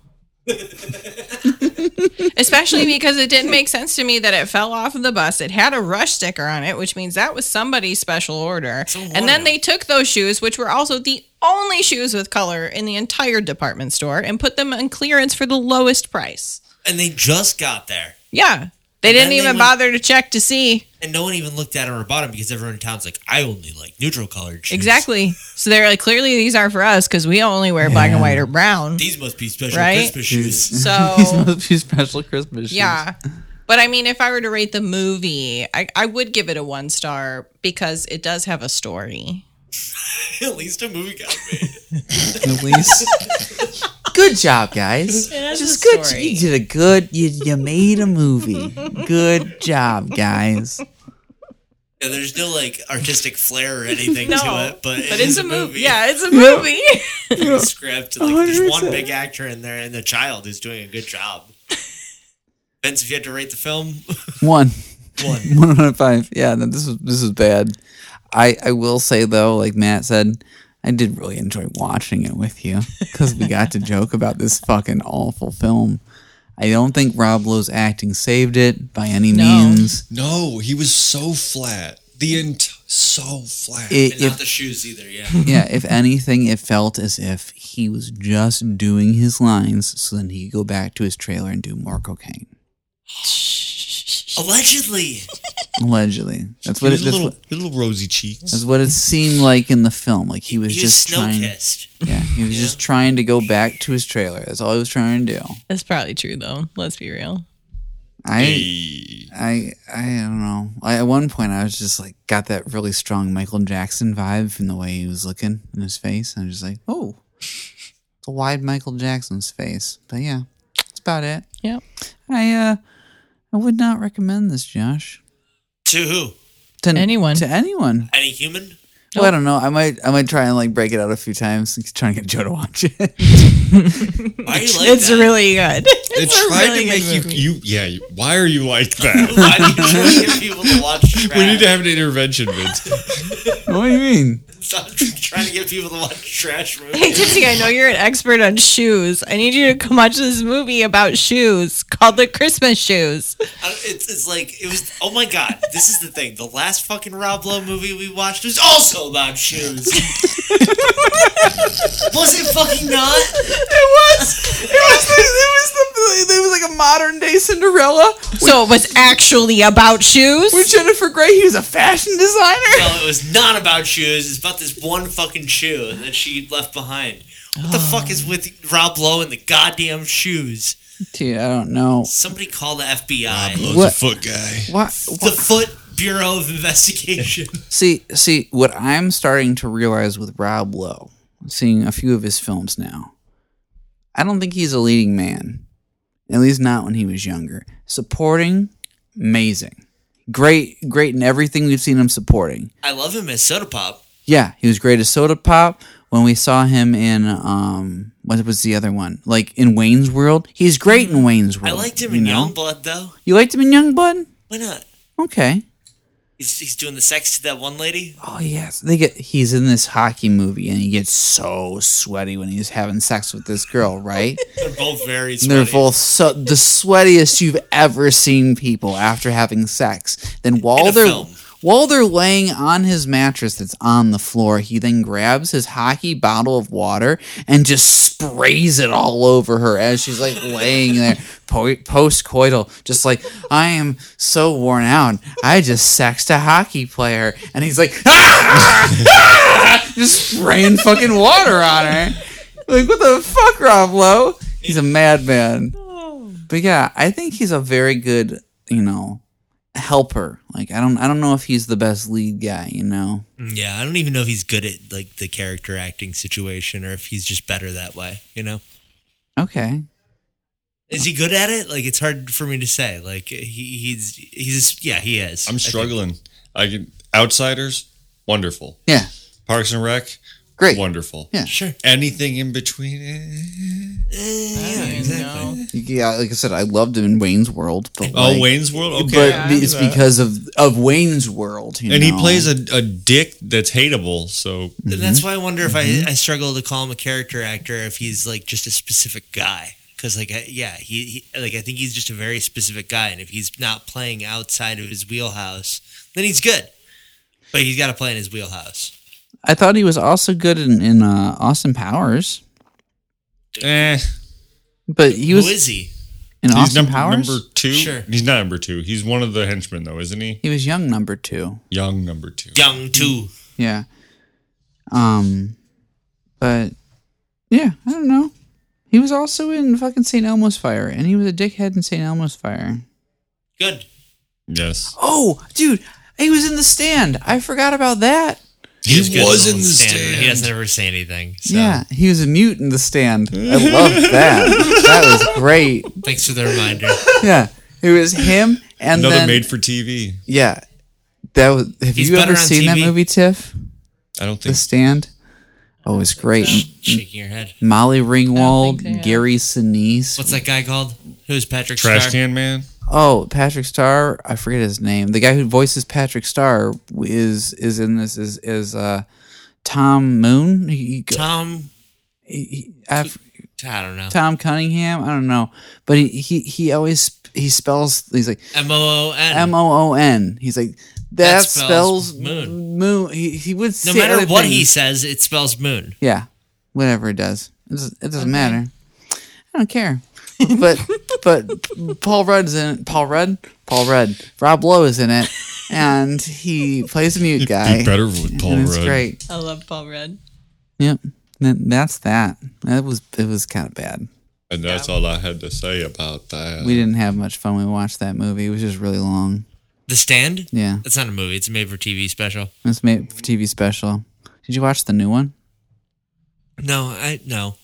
Speaker 4: Especially because it didn't make sense to me that it fell off of the bus. It had a rush sticker on it, which means that was somebody's special order. And then they took those shoes, which were also the only shoes with color in the entire department store, and put them on clearance for the lowest price.
Speaker 3: and they just got there.
Speaker 4: Yeah. They
Speaker 3: then
Speaker 4: didn't
Speaker 3: they
Speaker 4: even
Speaker 3: went-
Speaker 4: bother to check to see.
Speaker 3: And no one even looked at them or bought them because everyone in town's like, I only like neutral colored shoes.
Speaker 4: Exactly. So they're like, clearly these are for us because we only wear black and white or brown.
Speaker 3: These must be special
Speaker 4: Right?
Speaker 3: Christmas shoes.
Speaker 2: These
Speaker 4: So
Speaker 2: must be special Christmas shoes.
Speaker 4: Oh. Yeah. But I mean, if I were to rate the movie, I, I would give it a one star because it does have a story.
Speaker 3: At least a movie got made.
Speaker 2: At least. good job, guys.
Speaker 4: has
Speaker 2: Just
Speaker 4: a
Speaker 2: good.
Speaker 4: story.
Speaker 2: You did a good. You, you made a movie. Good job, guys.
Speaker 3: Yeah, there's no like artistic flair or anything to it, but, it is
Speaker 4: Yeah, it's a movie.
Speaker 3: the script. Like, there's one big actor in there, and the child is doing a good job. Vince, if you had to rate the film,
Speaker 2: One.
Speaker 3: one.
Speaker 2: One out of five. Yeah, no, this is this is bad. I I will say though, like Matt said, I did really enjoy watching it with you because we got to joke about this fucking awful film. I don't think Rob Lowe's acting saved it by any
Speaker 4: No.
Speaker 2: means.
Speaker 5: No, he was so flat. The ent- so flat.
Speaker 2: It,
Speaker 3: And
Speaker 2: if
Speaker 3: not the shoes either, yeah.
Speaker 2: yeah, if anything, it felt as if he was just doing his lines so then he could go back to his trailer and do more cocaine.
Speaker 3: Allegedly.
Speaker 2: Allegedly, that's
Speaker 5: he
Speaker 2: what it,
Speaker 5: was a
Speaker 2: that's,
Speaker 5: little,
Speaker 2: what,
Speaker 5: little rosy cheeks.
Speaker 2: that's what it seemed like in the film. Like he was
Speaker 3: He was
Speaker 2: just
Speaker 3: snow
Speaker 2: trying.
Speaker 3: kissed.
Speaker 2: Yeah, he was just trying to go back to his trailer. That's all he was trying to do.
Speaker 4: That's probably true, though. Let's be real.
Speaker 2: I.
Speaker 5: Hey.
Speaker 2: I I don't know. I, at one point, I was just like, got that really strong Michael Jackson vibe from the way he was looking in his face. I'm just like, oh, it's a wide Michael Jackson's face. But yeah, that's about it.
Speaker 4: Yep.
Speaker 2: I uh, I would not recommend this, Josh.
Speaker 3: To who?
Speaker 2: To
Speaker 4: Anyone.
Speaker 2: To anyone.
Speaker 3: Any human?
Speaker 2: Well, I don't know. I might I might try and like break it out a few times, trying to get Joe to watch it.
Speaker 3: Why are you like
Speaker 4: It's
Speaker 3: that?
Speaker 4: really good.
Speaker 5: It
Speaker 4: a
Speaker 5: tried
Speaker 4: really
Speaker 5: to make
Speaker 4: good
Speaker 5: you,
Speaker 4: movie.
Speaker 5: you. Yeah, you- why are you like that?
Speaker 3: Why do you try to get people to watch trash?
Speaker 5: we need to have an intervention, Vince.
Speaker 2: what do you mean?
Speaker 3: Stop trying to get people to watch trash movies.
Speaker 4: Hey, Tipsy, I know you're an expert on shoes. I need you to come watch this movie about shoes called The Christmas Shoes.
Speaker 3: I- It's, it's like it was. Oh my god! This is the thing. The last fucking Rob Lowe movie we watched was also about shoes. was it fucking not?
Speaker 2: It was. It was. The, it was the. It was like a modern day Cinderella.
Speaker 4: So it was actually about shoes?
Speaker 2: With Jennifer Grey, he was a fashion designer.
Speaker 3: No, it was not about shoes. It's about this one fucking shoe that she left behind. What the fuck is with Rob Lowe and the goddamn shoes?
Speaker 2: Dude, I don't know.
Speaker 3: Somebody call the FBI.
Speaker 5: Loves
Speaker 2: What?
Speaker 5: a foot guy.
Speaker 2: What?
Speaker 3: The Foot Bureau of Investigation.
Speaker 2: See, see, what I'm starting to realize with Rob Lowe, seeing a few of his films now, I don't think he's a leading man. At least not when he was younger. Supporting, amazing, great, great in everything we've seen him supporting.
Speaker 3: I love him as Soda Pop.
Speaker 2: Yeah, he was great as Soda Pop. When we saw him in um, what was the other one? Like in Wayne's World, he's great in Wayne's
Speaker 3: I
Speaker 2: World.
Speaker 3: liked him
Speaker 2: you
Speaker 3: in
Speaker 2: know?
Speaker 3: Youngblood though.
Speaker 2: You liked him in Youngblood?
Speaker 3: Why not?
Speaker 2: Okay.
Speaker 3: He's, he's doing the sex to that one lady.
Speaker 2: Oh yes, they get. He's in this hockey movie, and he gets so sweaty when he's having sex with this girl, right?
Speaker 3: They're both very
Speaker 2: And They're
Speaker 3: sweaty.
Speaker 2: both so the sweatiest you've ever seen people after having sex. Then while
Speaker 3: a
Speaker 2: they're
Speaker 3: film.
Speaker 2: while they're laying on his mattress that's on the floor, he then grabs his hockey bottle of water and just sprays it all over her as she's like laying there po- post-coital, just like I am so worn out. I just sexed a hockey player, and he's like, "Ah!" just spraying fucking water on her. Like, what the fuck, Rob Lowe? He's a madman. But yeah, I think he's a very good, you know, helper. Like I don't I don't know if he's the best lead guy, you know.
Speaker 3: Mm, Yeah, I don't even know if he's good at like the character acting situation or if he's just better that way. You know,
Speaker 2: Okay.
Speaker 3: is he good at it? Like, it's hard for me to say. Like, he, he's he's yeah, he is.
Speaker 5: I'm struggling. I can outsiders, wonderful.
Speaker 2: Yeah.
Speaker 5: Parks and Rec,
Speaker 2: Great.
Speaker 5: wonderful.
Speaker 2: Yeah.
Speaker 3: Sure.
Speaker 5: Anything in between, eh.
Speaker 3: Yeah, exactly.
Speaker 2: Yeah, like I said, I loved him in Wayne's World. But
Speaker 5: Oh,
Speaker 2: like-
Speaker 5: Wayne's World. Okay.
Speaker 2: But
Speaker 4: Yeah, I knew
Speaker 2: it's because of of Wayne's World. you
Speaker 5: and he
Speaker 2: know.
Speaker 5: plays a, a dick that's hateable. So
Speaker 2: Mm.
Speaker 3: And that's why I wonder if
Speaker 5: Mm-hmm.
Speaker 3: I, I struggle to call him a character actor if he's like just a specific guy. Because like I, yeah, he, he like I think he's just a very specific guy, and if he's not playing outside of his wheelhouse, then he's good. But he's got to play in his wheelhouse.
Speaker 2: I thought he was also good in, in uh, Austin Powers.
Speaker 5: eh,
Speaker 2: But he
Speaker 3: Who
Speaker 2: was
Speaker 3: is he?
Speaker 2: in
Speaker 5: he's
Speaker 2: Austin
Speaker 5: number,
Speaker 2: Powers.
Speaker 5: number two.
Speaker 3: Sure.
Speaker 5: He's not number two. He's one of the henchmen, though, isn't he?
Speaker 2: he was young number two.
Speaker 5: Young number two.
Speaker 3: Young too.
Speaker 2: Yeah. Um, but yeah, I don't know. He was also in fucking St. Elmo's Fire, and he was a dickhead in St. Elmo's Fire.
Speaker 3: Good.
Speaker 5: Yes.
Speaker 2: Oh, dude, he was in The Stand. I forgot about that.
Speaker 5: He
Speaker 3: Good. He doesn't ever say anything. So
Speaker 2: Yeah, he was a mute in The Stand. I love that. that was great.
Speaker 3: thanks for the reminder.
Speaker 2: Yeah, it was him and
Speaker 5: Another
Speaker 2: then
Speaker 5: made for TV.
Speaker 2: yeah. That was. Have
Speaker 3: He's
Speaker 2: you
Speaker 3: better
Speaker 2: ever
Speaker 3: on
Speaker 2: seen that
Speaker 3: TV.
Speaker 2: movie, Tiff?
Speaker 5: I don't think.
Speaker 2: The Stand. Oh, it's great.
Speaker 3: Shaking your head.
Speaker 2: Molly Ringwald,
Speaker 4: so, yeah.
Speaker 2: Gary Sinise.
Speaker 3: What's that guy called? Who's Patrick
Speaker 5: Trash
Speaker 3: Star?
Speaker 5: can man.
Speaker 2: Oh, Patrick Starr. I forget his name. The guy who voices Patrick Starr is is in this is is uh Tom Moon. He, he-
Speaker 3: Tom.
Speaker 2: he- he- I've-
Speaker 3: I don't know.
Speaker 2: Tom Cunningham. I don't know, but he he, he always he spells. He's like
Speaker 3: M O O
Speaker 2: M
Speaker 3: N.
Speaker 2: O O N. He's like that,
Speaker 3: Hmm. That spells
Speaker 2: spells,
Speaker 3: moon.
Speaker 2: moon. He he would
Speaker 3: No
Speaker 2: say
Speaker 3: matter
Speaker 2: other
Speaker 3: what
Speaker 2: things.
Speaker 3: he says, it spells moon.
Speaker 2: Yeah, whatever it does, it doesn't, it doesn't matter. I don't care. but but Paul Rudd's in it. Paul Rudd, Paul Rudd, Rob Lowe is in it, and he plays a mute guy.
Speaker 5: Do better with Paul
Speaker 2: and it's
Speaker 5: Rudd.
Speaker 2: great.
Speaker 4: I love Paul Rudd.
Speaker 2: Yep. That- That's that. That was it was kind of bad.
Speaker 5: And that's all I had to say about that.
Speaker 2: We didn't have much fun. when We watched that movie. It was just really long.
Speaker 3: The Stand?
Speaker 2: Yeah,
Speaker 3: That's not a movie. It's a made for TV special.
Speaker 2: it's made for TV special. Did you watch the new one?
Speaker 3: No, I no.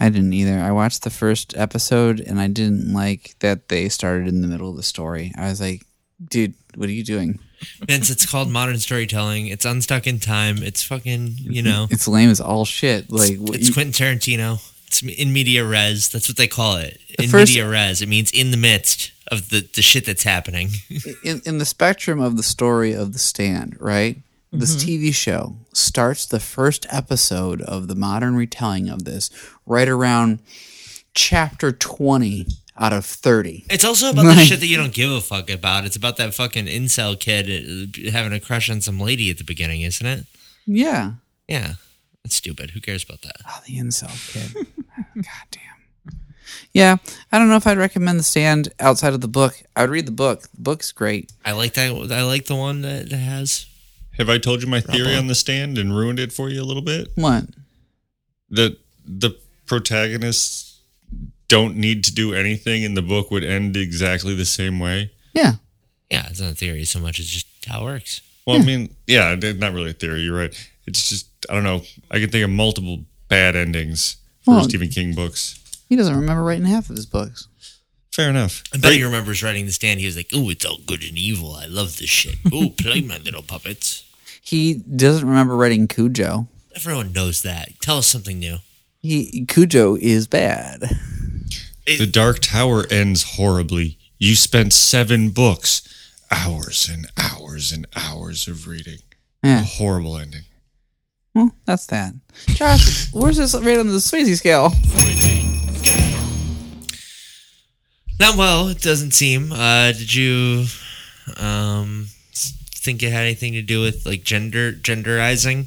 Speaker 2: I didn't either. I watched the first episode and I didn't like that they started in the middle of the story. I was like, dude, what are you doing?
Speaker 3: Vince, it's called modern storytelling. It's unstuck in time. It's fucking, you know,
Speaker 2: It's lame as all shit. Like what
Speaker 3: it's
Speaker 2: you-
Speaker 3: Quentin Tarantino. It's in media res. That's what they call it.
Speaker 2: The
Speaker 3: In
Speaker 2: first-
Speaker 3: media res. It means in the midst of the, the shit that's happening.
Speaker 2: in, in the spectrum of the story of the stand, right? This TV show starts the first episode of the modern retelling of this right around chapter 20 out of 30.
Speaker 3: It's also about the shit that you don't give a fuck about. It's about that fucking incel kid uh, having a crush on some lady at the beginning, isn't it?
Speaker 2: Yeah.
Speaker 3: Yeah. It's stupid. Who cares about that?
Speaker 2: Oh, the incel kid. God damn. Yeah, I don't know if I'd recommend The Stand outside of the book. I would read the book. The book's great.
Speaker 3: I like that. I like the one that, that has.
Speaker 5: Have I told you my theory on the stand and ruined it for you a little bit?
Speaker 2: What?
Speaker 5: That the protagonists don't need to do anything, and the book would end exactly the same way.
Speaker 2: Yeah.
Speaker 3: Yeah, it's not a theory so much. It's just how it works.
Speaker 5: Well,
Speaker 2: Hmm.
Speaker 5: I mean, yeah, it's not really a theory. You're right. It's just I don't know. I can think of multiple bad endings for
Speaker 2: Well-
Speaker 5: Stephen King books.
Speaker 2: He doesn't remember writing half of his books.
Speaker 5: Fair enough.
Speaker 3: I bet he remembers writing the stand. He was like, "Oh, it's all good and evil. I love this shit. Oh, play my little puppets."
Speaker 2: He doesn't remember writing Cujo.
Speaker 3: Everyone knows that. Tell us something new.
Speaker 2: He Cujo is bad.
Speaker 5: The Dark Tower ends horribly. You spent seven books. hours and hours and hours of reading. A
Speaker 2: Yeah.
Speaker 5: horrible ending.
Speaker 2: Well, that's that. Josh, where's this rated on the Swayze scale?
Speaker 3: Not well, it doesn't seem. Uh, did you um, s- think it had anything to do with like gender genderizing?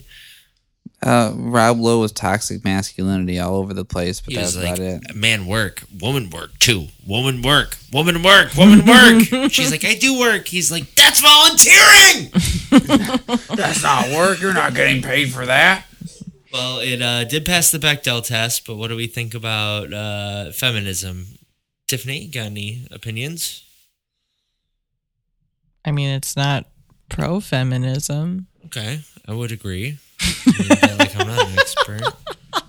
Speaker 2: Uh, Rob Lowe was toxic masculinity all over the place, but
Speaker 3: He
Speaker 2: that's
Speaker 3: was
Speaker 2: about
Speaker 3: like,
Speaker 2: it.
Speaker 3: "Man, work, woman, work too. Woman, work, woman, work, woman, work." She's like, "I do work." He's like, "That's volunteering."
Speaker 2: That's not work. You're not getting paid for that.
Speaker 3: Well, it uh, did pass the Bechdel test, but what do we think about uh, feminism? Tiffany, got any opinions?
Speaker 4: I mean, it's not pro feminism.
Speaker 3: Okay, I would agree. I mean, but, like, I'm not an expert.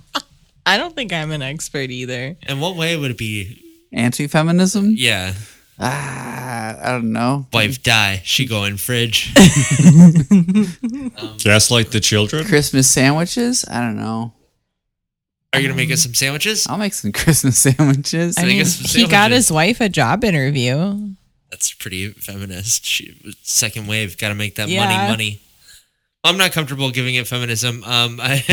Speaker 4: I don't think I'm an expert either.
Speaker 3: In what way would it be?
Speaker 2: Anti-feminism?
Speaker 3: Yeah,
Speaker 2: Ah, I don't know.
Speaker 3: wife die, she go in fridge.
Speaker 5: Gaslight the children?
Speaker 2: Christmas sandwiches? I don't know.
Speaker 3: Are you gonna make us some sandwiches?
Speaker 2: I'll make some Christmas sandwiches.
Speaker 4: I
Speaker 3: I
Speaker 4: mean,
Speaker 3: guess the
Speaker 4: he got
Speaker 3: sandwiches-
Speaker 4: his wife a job interview.
Speaker 3: That's pretty feminist. She, second wave, got to make that
Speaker 4: Yeah.
Speaker 3: money, money. I'm not comfortable giving it feminism. Um, I,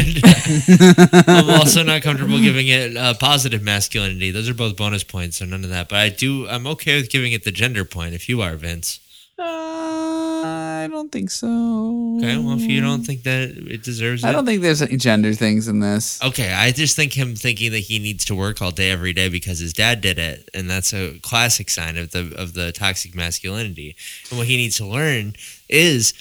Speaker 3: I'm also not comfortable giving it uh, positive masculinity. Those are both bonus points, so none of that. But I do. I'm okay with giving it the gender point if you are Vince.
Speaker 2: Uh, I don't think so.
Speaker 3: Okay. Well, if you don't think that it deserves it,
Speaker 2: Mm. I don't think there's any gender things in this.
Speaker 3: okay. I just think him thinking that he needs to work all day every day because his dad did it, and that's a classic sign of the of the toxic masculinity. And what he needs to learn is,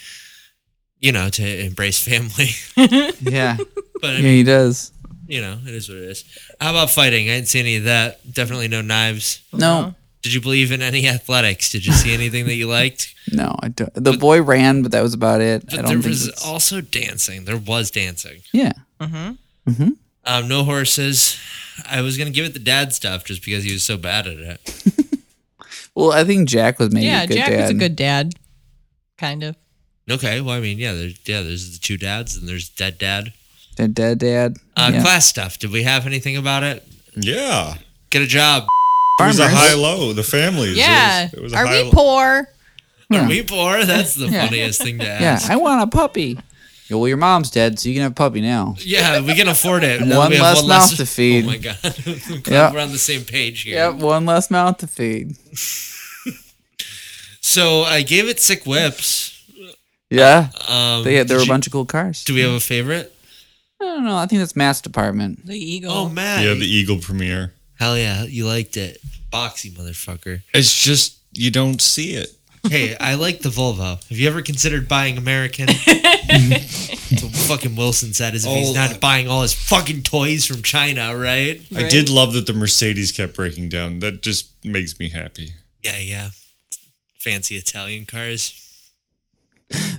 Speaker 3: you know, to embrace family.
Speaker 2: Yeah.
Speaker 3: but I
Speaker 2: yeah,
Speaker 3: mean,
Speaker 2: he does.
Speaker 3: you know, it is what it is. How about fighting? I didn't see any of that. Definitely no knives.
Speaker 2: No,
Speaker 3: Did you believe in any athletics? Did you see anything that you liked?
Speaker 2: no, I don't. The boy ran, but that was about it. I
Speaker 3: But
Speaker 2: don't
Speaker 3: there
Speaker 2: think
Speaker 3: was
Speaker 2: it's-
Speaker 3: also dancing. There was dancing.
Speaker 2: Yeah.
Speaker 4: Mm-hmm.
Speaker 3: Um, no horses. I was gonna give it the dad stuff just because he was so bad at it.
Speaker 2: Well, I think Jack was maybe
Speaker 4: Yeah,
Speaker 2: a good
Speaker 4: Jack
Speaker 2: dad.
Speaker 4: was a good dad, kind of.
Speaker 3: Okay, well, I mean, yeah, there's yeah, there's the two dads and there's dead dad.
Speaker 2: A dead dad.
Speaker 3: Uh,
Speaker 2: yeah.
Speaker 3: Class stuff. Did we have anything about it?
Speaker 5: Yeah.
Speaker 3: Get a job.
Speaker 5: It was a
Speaker 2: Farmers.
Speaker 5: high low. The families.
Speaker 4: Yeah.
Speaker 5: It was, it was a
Speaker 4: Are
Speaker 5: high
Speaker 4: we poor?
Speaker 2: Yeah.
Speaker 3: Are we poor? That's the
Speaker 2: Yeah.
Speaker 3: funniest thing to
Speaker 2: Yeah,
Speaker 3: ask.
Speaker 2: I want a puppy. Yeah, well, your mom's dead, so you can have a puppy now.
Speaker 3: Yeah, we can afford it. Now
Speaker 2: One
Speaker 3: we have
Speaker 2: less mouth to feed.
Speaker 3: Oh my god, I'm glad
Speaker 2: Yep.
Speaker 3: we're on the same page here.
Speaker 2: Yep, one less mouth to feed.
Speaker 3: So I gave it sick whips.
Speaker 2: Yeah,
Speaker 3: Um,
Speaker 2: they, there
Speaker 3: did
Speaker 2: were a
Speaker 3: you-
Speaker 2: bunch of cool cars.
Speaker 3: Do we have a favorite?
Speaker 2: I don't know. I think that's Matt's department.
Speaker 4: The eagle.
Speaker 3: Oh Matt.
Speaker 5: Yeah, the Eagle premiere.
Speaker 3: Hell yeah, you liked it, boxy motherfucker.
Speaker 5: It's just you don't see it.
Speaker 3: Hey, I like the Volvo. Have you ever considered buying American? That's what fucking Wilson said is if he's
Speaker 5: Oh,
Speaker 3: not
Speaker 5: uh,
Speaker 3: buying all his fucking toys from China, right?
Speaker 5: I did love that the Mercedes kept breaking down. That just makes me happy.
Speaker 3: Yeah, yeah. Fancy Italian cars.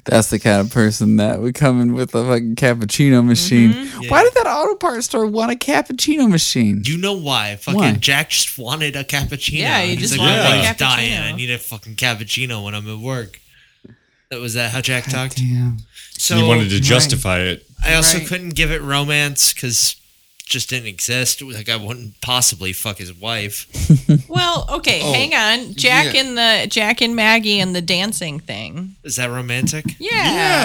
Speaker 2: That's the kind of person that would come in with a fucking
Speaker 3: Mm-hmm.
Speaker 2: cappuccino machine. Why did that auto parts store want a cappuccino machine?
Speaker 3: You know why? Fucking
Speaker 2: Why?
Speaker 3: Jack just wanted a cappuccino.
Speaker 4: Yeah, he
Speaker 3: He's
Speaker 4: just
Speaker 3: like,
Speaker 4: wanted
Speaker 3: "My
Speaker 5: a
Speaker 3: wife's dying.
Speaker 4: cappuccino."
Speaker 3: I need a fucking cappuccino when I'm at work. That was that how Jack talked.
Speaker 2: Damn.
Speaker 3: So
Speaker 5: he wanted to justify it.
Speaker 3: I also
Speaker 4: Right.
Speaker 3: couldn't give it romance because just didn't exist. Like I wouldn't possibly fuck his wife.
Speaker 4: Well, okay,
Speaker 5: Oh,
Speaker 4: hang on. Jack and the Jack and Maggie and the dancing thing.
Speaker 3: Is that romantic?
Speaker 4: Yeah.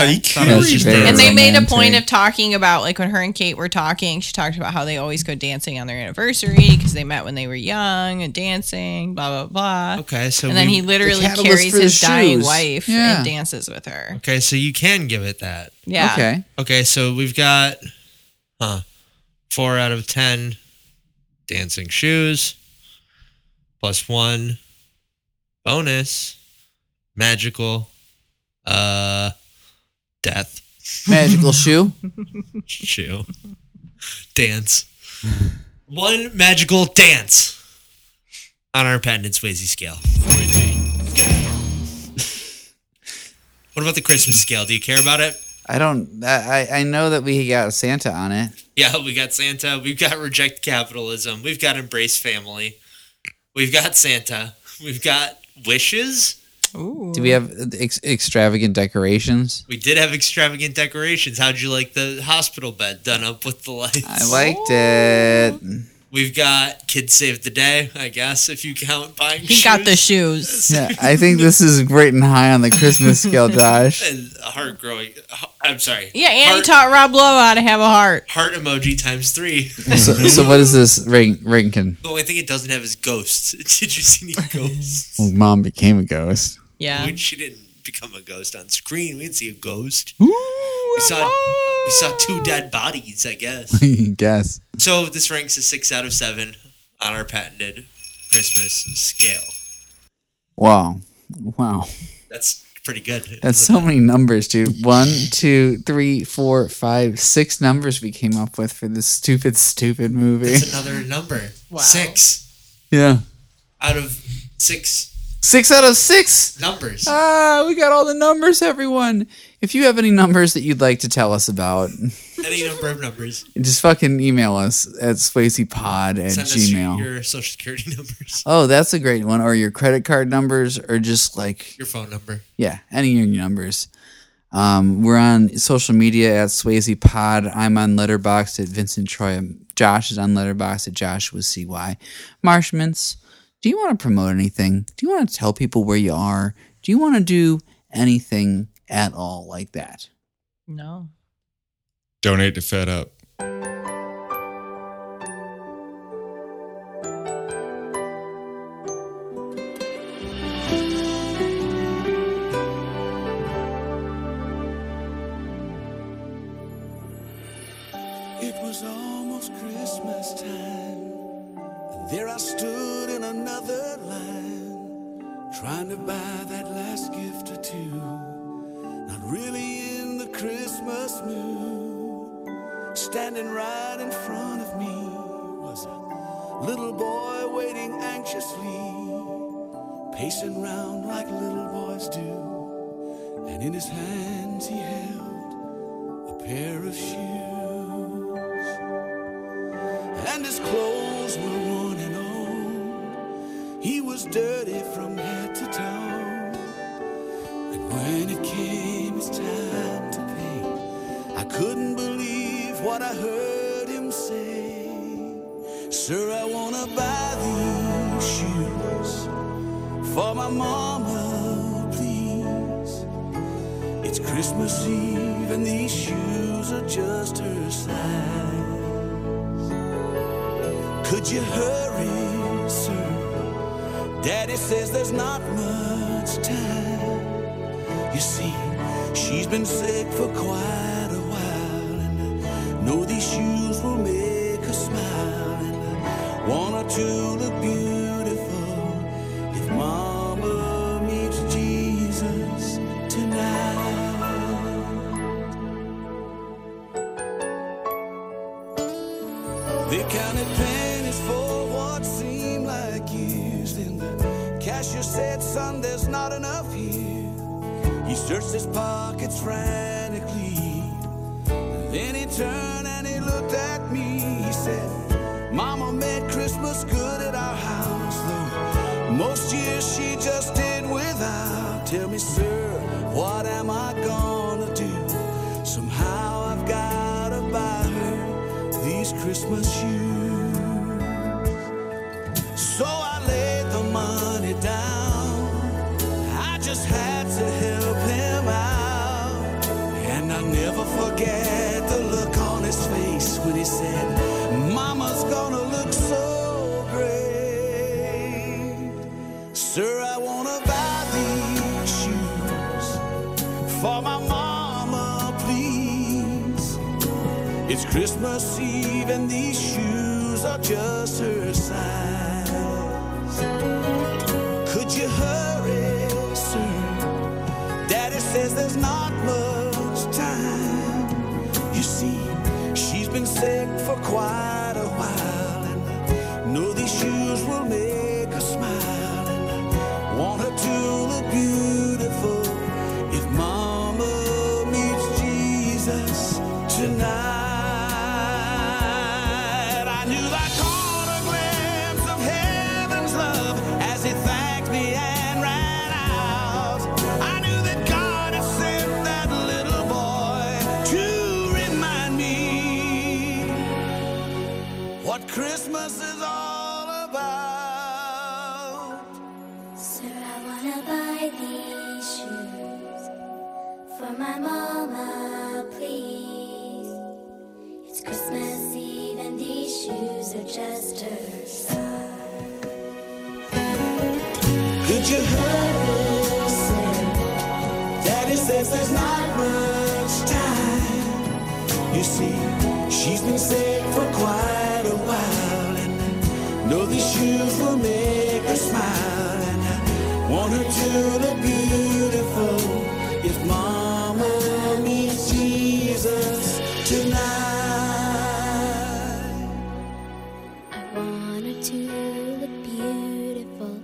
Speaker 5: Yeah, he
Speaker 3: it was
Speaker 5: carried
Speaker 3: just
Speaker 5: her.
Speaker 4: And they made a point
Speaker 2: romantic.
Speaker 4: of talking about like when her and Kate were talking, she talked about how they always go dancing on their anniversary because they met when they were young and dancing, blah blah blah.
Speaker 3: Okay, so
Speaker 4: And then
Speaker 3: we-
Speaker 4: he literally
Speaker 2: catalyst
Speaker 4: carries
Speaker 2: for the
Speaker 4: his dying
Speaker 2: shoes.
Speaker 4: wife
Speaker 2: Yeah.
Speaker 4: and dances with her.
Speaker 3: Okay, so you can give it that.
Speaker 4: Yeah.
Speaker 2: Okay.
Speaker 3: Okay, so we've got huh four out of ten dancing shoes plus one bonus magical uh death
Speaker 2: Magical shoe.
Speaker 3: shoe dance one magical dance on our patented Swayze scale. What about the Christmas scale? Do you care about it?
Speaker 2: I don't. I I- I know that we got Santa on it.
Speaker 3: Yeah, we got Santa. We've got reject capitalism. We've got embrace family. We've got Santa. We've got wishes.
Speaker 4: Ooh.
Speaker 2: Do we have ex- extravagant decorations?
Speaker 3: We did have extravagant decorations. How'd you like the hospital bed done up with the lights?
Speaker 2: I liked it.
Speaker 3: We've got Kids Save the Day, I guess, if you count buying
Speaker 4: He got the shoes.
Speaker 3: Oh.
Speaker 2: Yeah, I think this is great and high on the Christmas scale, Josh.
Speaker 3: And heart growing. I'm sorry.
Speaker 4: Yeah, and he
Speaker 3: heart,
Speaker 4: taught Rob Lowe how to have a heart.
Speaker 3: heart emoji times three.
Speaker 2: So, so what is this rank, ranking?
Speaker 3: The only thing it doesn't have is ghosts. Did you see any ghosts?
Speaker 2: His mom became a ghost.
Speaker 4: Yeah.
Speaker 3: We- she didn't become a ghost on screen. We didn't see a ghost. we saw we saw two dead bodies, I guess.
Speaker 2: Guess.
Speaker 3: so this ranks a six out of seven on our patented Christmas scale.
Speaker 2: Wow. Wow.
Speaker 3: That's pretty good.
Speaker 2: That's so many numbers, dude. One, two, three, four, five, six numbers we came up with for this stupid, stupid movie.
Speaker 3: That's another number.
Speaker 4: Wow.
Speaker 3: Six
Speaker 2: Yeah.
Speaker 3: out of six
Speaker 2: Six out of six.
Speaker 3: numbers.
Speaker 2: Ah, we got all the numbers, everyone. If you have any numbers that you'd like to tell us about,
Speaker 3: Any number of numbers.
Speaker 2: just fucking email us at swayzepod at
Speaker 3: Send us your-
Speaker 2: gmail.
Speaker 3: your social security numbers,
Speaker 2: Oh, that's a great one. Or your credit card numbers, or just like
Speaker 3: your phone number.
Speaker 2: Yeah, any of your numbers. Um, we're on social media at Swayze Pod. I'm on Letterboxd at Vincent Troy. Josh is on Letterboxd at Josh with CY. Marshmints, do you want to promote anything? Do you want to tell people where you are? Do you want to do anything at all like that?
Speaker 4: No.
Speaker 5: Donate to Fed Up.
Speaker 1: It was almost Christmas time. And there I stood in another line, trying to buy that last gift or two. Not really in the Christmas mood. Standing right in front of me was a little boy waiting anxiously, pacing round like little boys do. And in his hands he held a pair of shoes. And his clothes were worn and old. He was dirty from head to toe. And when it came his time to pay, I couldn't believe what I heard him say. Sir, I wanna buy these shoes for my mama, please. It's Christmas Eve and these shoes are just her size. Could you hurry, sir? Daddy says there's not much time. You see, she's been sick for quite a while, and I know these shoes will make her smile, and I want her to look beautiful if Mama meets Jesus tonight. They counted pennies for what seemed like years. Then the cashier said, Son, there's not enough here. He searched his pockets frantically. Then he turned and he looked at me. He said, Mama made Christmas good at our house, though most years she just did without. Tell me, sir, what am I gonna do? Somehow I've gotta buy her these Christmas shoes. So I laid the money down. I just had to help him out. And I never forget the look on his face when he said, Mama's gonna look so great. Sir, I wanna buy these shoes for my mama, please. It's Christmas Eve and these shoes are just her size. Could you hurry, sir? Daddy says there's not much time. You see, she's been sick for quite a while, and I know these shoes will make her smile. And I want her to look beautiful if Mama meets Jesus tonight. I knew I caught a glimpse of heaven's love as he thanked me and ran out. I knew that God had sent that little boy to remind me
Speaker 8: for my mama, please. It's Christmas Eve and these shoes are just her size.
Speaker 1: Did you hear me say? Daddy says there's not much time. You see, she's been sick for quite a while, and I know these shoes will make her smile, and I want her to look beautiful. If Mama meets Jesus tonight.
Speaker 8: I want her to look beautiful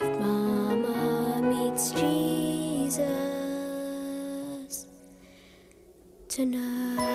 Speaker 8: if Mama meets Jesus tonight.